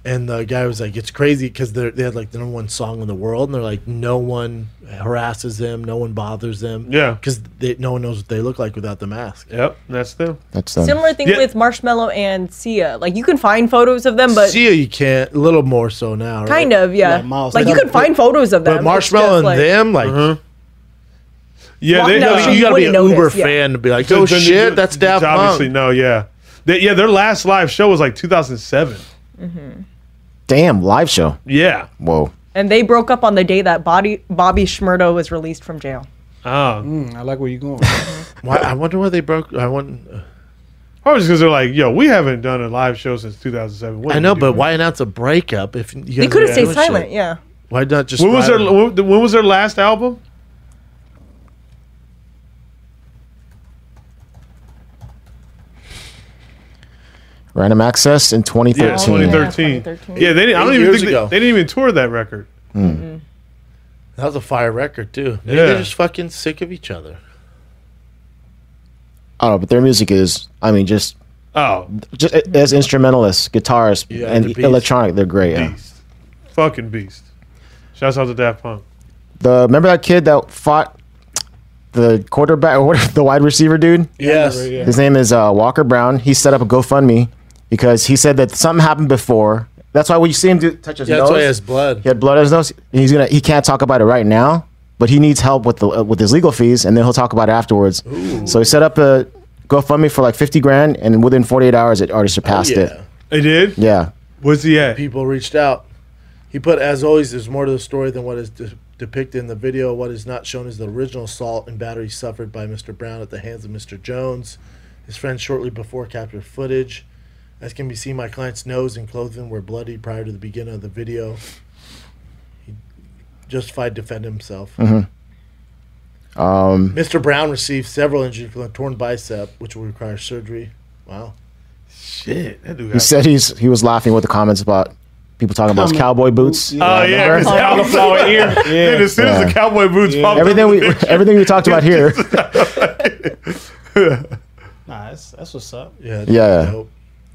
and the guy was like, "It's crazy because they they had like the number one song in the world, and they're like, no one harasses them, no one bothers them,
Yeah.
because no one knows what they look like without the mask."
Yep, that's them.
That's them.
Similar thing
Yeah.
with Marshmallow and Sia. Like you can find photos of them, but
See, you can't. A little more so now, right?
kind of, yeah.
Like Miles
Like you
Teller.
can find photos of them.
But
It's
Marshmallow
just
and
like-
them, like,
Uh-huh. Yeah,
Well,
they,
no,
I mean,
she-
you gotta be an
wouldn't notice,
Uber
yeah.
fan to be like, "Oh
then they
shit,
do-
that's Daft Punk."
Obviously, no, yeah. They, yeah, their last live show was like 2007.
Damn, live show.
Yeah.
Whoa.
And they broke up on the day that Bobby Bobby Schmurdo was released from jail.
Oh.
Mm, I like where you're going. with that.
Why, I wonder why they broke. I want.
Probably because they're like, yo, we haven't done a live show since 2007. What
I
did
know,
we do?
but why announce a breakup if you
They
guys
could have
are
stayed
doing shit?
silent, yeah.
Why not just?
When was
ride
their
along?
when when was their last album?
Random access in
Yeah,
2013.
2013.
2013.
Yeah, they didn't. I
Eight
don't even
years
think they,
ago.
they didn't even tour that record.
That was a fire record too. Maybe
Yeah.
They're just fucking sick of each other.
I don't know, but their music is. I mean, just
Oh,
just as instrumentalists, guitarists,
Yeah, the
and e
beats.
electronic. They're great. Yeah.
beast, fucking beast. Shouts out to Daft Punk.
The remember that kid that fought the quarterback or what, the wide receiver dude?
Yes.
His name is uh, Walker Brown. He set up a GoFundMe because he said that something happened before. That's why when you see him do, touch his
Yeah,
nose,
that's why he has blood.
he had blood on his nose. He's gonna he can't talk about it right now, but he needs help with the uh, with his legal fees, and then he'll talk about it afterwards. So he set up a GoFundMe for like fifty grand, and within forty eight hours, it already surpassed it.
Yeah.
They did.
Yeah,
Where's he at?
People reached out. He put, as always, there's more to the story than what is de- depicted in the video. What is not shown is the original assault and battery suffered by Mr. Brown at the hands of Mr. Jones. His friends shortly before captured footage. As can be seen, my client's nose and clothing were bloody prior to the beginning of the video. He justified defend himself. Mr. Brown received several injuries from a torn bicep, which will require surgery. Wow.
Shit, that dude.
he
Got,
said he's he was laughing with the comments about people talking about his
Comment.
cowboy boots.
Yeah.
oh yeah, because
Remember?
Alex over here. Dude, as soon as the
Yeah.
cowboy boots popped
Everything
up,
we everything we talked about here.
Nah, that's, that's what's up.
Yeah.
Yeah.
dope.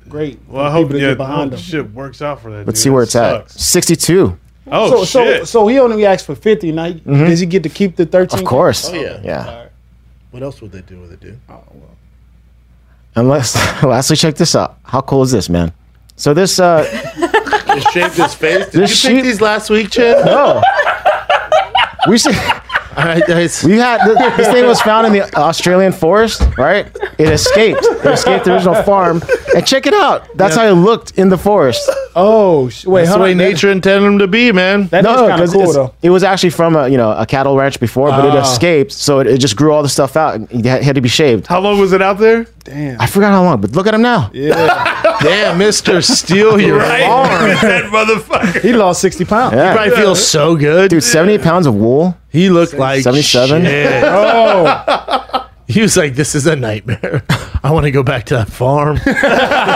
great.
Well, I hope
people to
yeah,
get behind
oh,
him.
shit works out for that. dude.
Let's see where
It
it's at.
sucks.
62,
Oh
So, so,
shit!
so he only asked for fifty. Now, he- does he get to keep the thirteen?
Mm-hmm. of course.
yeah.
Yeah.
What else would they do with it, dude?
Unless, lastly, check this out. How cool is this, man? So this, uh,
They shaved his face. Did
This
you pick
sheep-
these last week, Chad?
oh, we should.
All right, guys.
We had th- this thing was found in the Australian forest, right? It escaped. It escaped the original farm. And check it out. That's how it looked in the forest.
Oh, sh- wait,
That's
hold
the way
on.
nature intended him to be, man.
That, that is kind
'cause
of cool
it's-
though. Ah.
it was actually from a you know a cattle ranch before, but it escaped, so it, it just grew all the stuff out and it had, had to be shaved.
How long was it out there?
Damn.
I forgot how long, but look at him now.
Damn, Mister Steal Your Arm.
that motherfucker.
He lost sixty pounds.
Yeah.
Probably feels so good.
Dude, seventy pounds of wool.
he looked like
77?
shit.
Oh,
He was like, "This is a nightmare. I want to go back to that farm."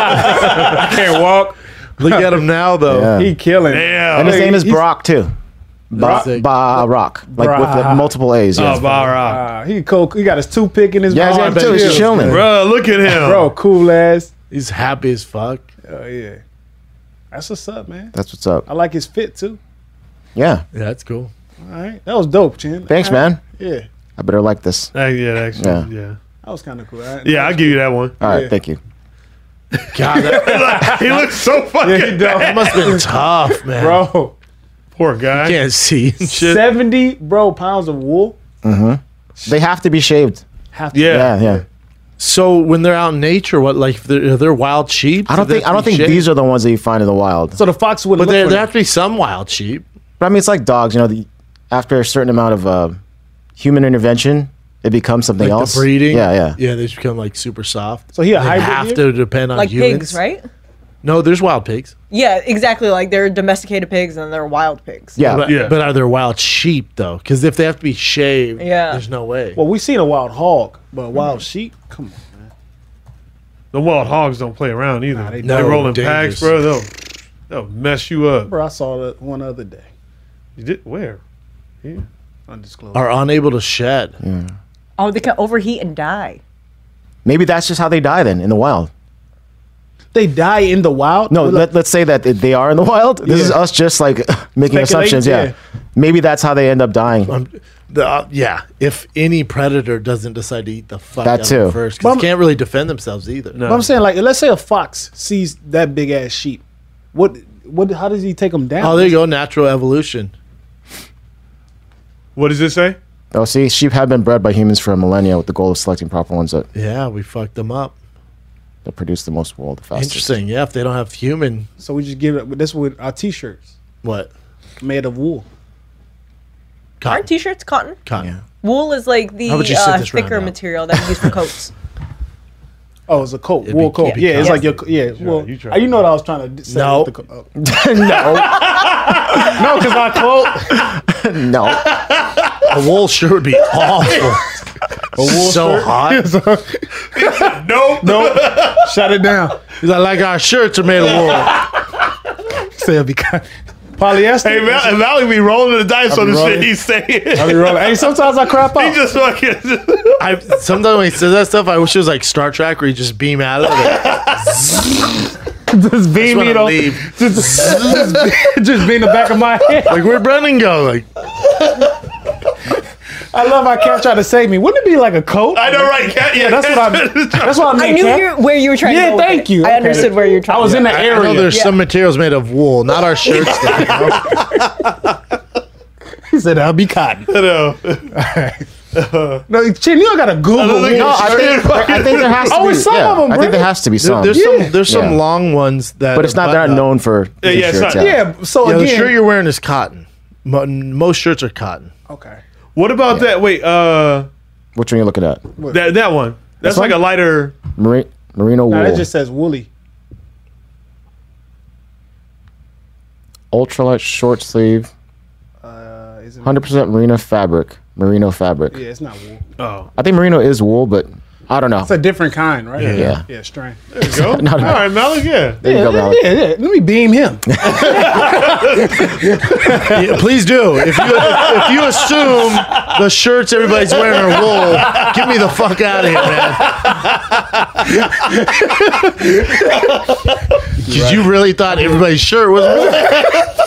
Can't walk.
Look at him now, though.
Yeah.
he killing. it.
Damn.
and his
Hey,
name is
Oh, he's-
Brock too. Ba-
Sick.
Ba- Rock, like with the
Brock.
multiple A's. Yeah,
Oh, Barra.
Uh, he cold. He got his toothpick in his.
yeah,
mouth.
yeah,
I bet
too.
he
He's
is.
chilling.
Bro, look at him.
Bro, cool ass.
He's happy as fuck.
Oh yeah, that's what's up, man.
That's what's up.
I like his fit too.
Yeah,
Yeah, that's cool.
All right, that was dope, Chin.
thanks,
All right.
man.
Yeah,
I better like this.
Uh, yeah, actually,
Yeah. Uh,
yeah. yeah.
that was kind of cool. All right.
I'll give you that one.
All right,
Yeah.
thank you.
God, that
He looks so fucking
Yeah, he
bad.
dope.
must have been tough, man.
bro.
Poor guy.
Can't see and shit.
Seventy bro pounds of wool.
They have to be shaved.
Have to-
Yeah.
Yeah, yeah.
So when they're out in nature, what like they're, are there wild sheep?
I don't think I don't think these are the ones that you find in the wild.
So the fox
But
wouldn't. look
there,
for
there
them.
have to be some wild sheep.
But I mean, it's like dogs. You know, the, after a certain amount of uh, human intervention, it becomes something
Like
else.
the breeding.
Yeah, yeah.
yeah. They just become like super soft.
So he a
they
hybrid
have
here?
to depend on
like
humans.
pigs, right?
No, there's wild pigs.
Yeah, exactly. Like they're domesticated pigs and they're wild pigs.
Yeah.
But,
Yeah.
but are there wild sheep though? Because if they have to be shaved,
Yeah.
there's no way.
Well, we seen a wild hog, but a wild sheep. Come on.
The wild hogs don't play around either.
they
they
don't.
roll in
Dangerous.
packs, bro. They'll, they'll mess you up.
Bro, I saw that one other day.
You did where?
Undisclosed.
are unable to shed.
Oh, they can overheat and die.
Maybe that's just how they die then in the wild.
They die in the wild.
No,
We're like,
let, let's say that they are in the wild. This is
Yeah.
us just like making assumptions. Yeah.
yeah.
Maybe that's how they end up dying.
Um, the, uh, yeah, if any predator doesn't decide to eat the fuck
That
out
too.
of them first,
But
because
I'm-
they can't really defend themselves either.
but I'm saying like, let's say a fox sees that big ass sheep. What? What? How does he take them down?
Oh, there you go. Natural evolution.
What does it say?
Oh, see, sheep have been bred by humans for millennia with the goal of selecting proper ones that,
Yeah, we fucked them up.
that produce the most wool the fastest.
Interesting. Yeah, if they don't have human,
So we just give it. That's what our t-shirts
what
made of wool.
cotton?
Aren't t-shirts cotton?
cotton.
Wool is like the
How about you sit
uh,
this round
thicker
out?
material that we use for coats.
Oh, it's a coat,
It'd
wool
be-
coat.
it'd be
Yeah, it's
cotton.
like your co- yeah. well, uh,
you try
you,
it.
know what I was trying to d- say.
No.
with the co- oh.
no,
no, because our coat,
no.
A wool shirt would be awful. so hot.
No, no.
shut it down.
He's like, like our shirts are made of wool.
Say it'll be co- polyester.
Hey, Val, Valley be rolling the dice on
be
the
rolling.
shit he's saying.
I be rolling. Hey, sometimes I crap
he
out.
just fucking.
I sometimes when he says that stuff, I wish it was like Star Trek, where you just beam out of it.
just beam
When
me
I
on.
leave,
Just, just, just beam the back of my head.
like where'd Brendan go? Like oh,
I love how Cap tried to save me. Wouldn't it be like a coat?
I know, right? Cat, yeah,
That's what I. That's what I.
I
meant,
knew
Cap.
you where you were trying to
Yeah,
go with
thank
it.
you.
I
Okay.
understand where you're trying
I was
to
in
go.
the
I know
area.
there's some materials made of wool, not our shirts. though, you know?
He said, "I'll be cotton." No, Chin, you don't gotta Google.
look,
wool
no,
shirt.
I think, I think there has to
Oh,
be
it's some
yeah,
of 'em,
I think
Brendan.
there has to be some.
There's
Yeah.
some there's some
Yeah.
long ones that,
but it's not. They're
button
not
up.
known for.
Yeah, yeah, it's
shirts,
not-
yeah. So
Yeah, the
again,
shirt you're wearing is cotton. Mo- Most shirts are cotton.
okay.
What about that? Wait, uh,
Which one you looking at?
that that one. That's
This
like
one?
a lighter.
Mari- merino
Nah,
wool,
that just says woolly.
ultralight short sleeve,
Uh, is it?
hundred percent merino fabric. Merino fabric.
Yeah, it's not wool.
Oh,
I think merino is wool, but I don't know.
It's a different kind, right?
Yeah.
Yeah, strain.
There you go.
No,
All
no.
right, Malik. Yeah.
There you go, Malik.
Yeah, yeah. Let me beam him.
Yeah, please do. If you if you assume the shirts everybody's wearing are wool, get me the fuck out of here, man. Because you really thought everybody's shirt was wool.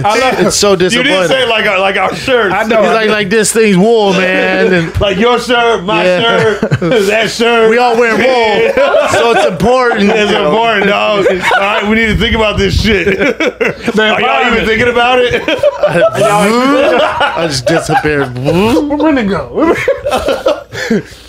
It's, it's so
You
disappointing.
didn't say like our, like our shirts.
I
He's
know.
like, like this thing's wool, man, and
Like your shirt, my
Yeah.
shirt, that shirt.
we all wear wool, so it's important.
It's important, dog. All right, we need to think about this shit. Are y'all even thinking about it?
I just disappeared. Is
Where to go?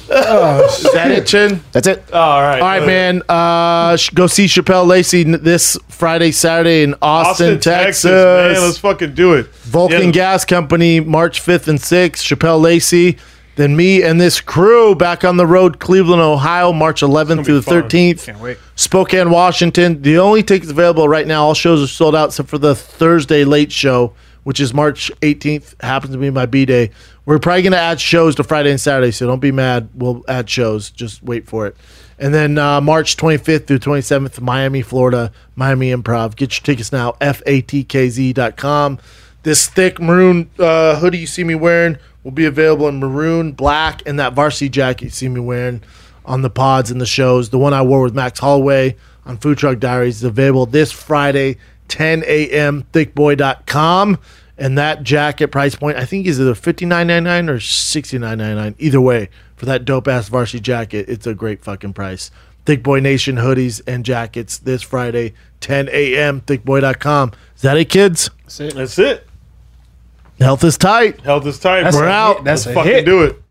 that it, Chin?
That's it.
All right,
All right, man. Uh, sh- go see Chappelle Lacey n- this Friday, Saturday in Austin,
Austin,
Texas.
Texas, man. Let's fucking do it.
Vulcan
Yeah.
Gas Company, March 5th and 6th. Chappelle Lacey. Then me and this crew back on the road, Cleveland, Ohio, March 11th through
be
the
fun.
13th.
Can't wait.
Spokane, Washington. The only tickets available right now. All shows are sold out except for the Thursday late show, which is March 18th. Happens to be my B day. We're probably going to add shows to Friday and Saturday, so don't be mad. We'll add shows. Just wait for it. And then uh, March 25th through 27th, Miami, Florida, Miami Improv. Get your tickets now, fatkz.com. This thick maroon uh, hoodie you see me wearing will be available in maroon, black, and that varsity jacket you see me wearing on the pods and the shows. The one I wore with Max Holloway on Food Truck Diaries is available this Friday, 10 a.m. thickboy.com. And that jacket price point, I think, is either $59.99 or $69.99. Either way, for that dope ass varsity jacket, it's a great fucking price. Thick Boy Nation hoodies and jackets this Friday, 10 a.m. thickboy.com. Is that it, kids?
That's it.
Health is tight.
Health is tight.
That's
We're
a
out.
hit. That's
Let's
a
fucking
hit.
do it.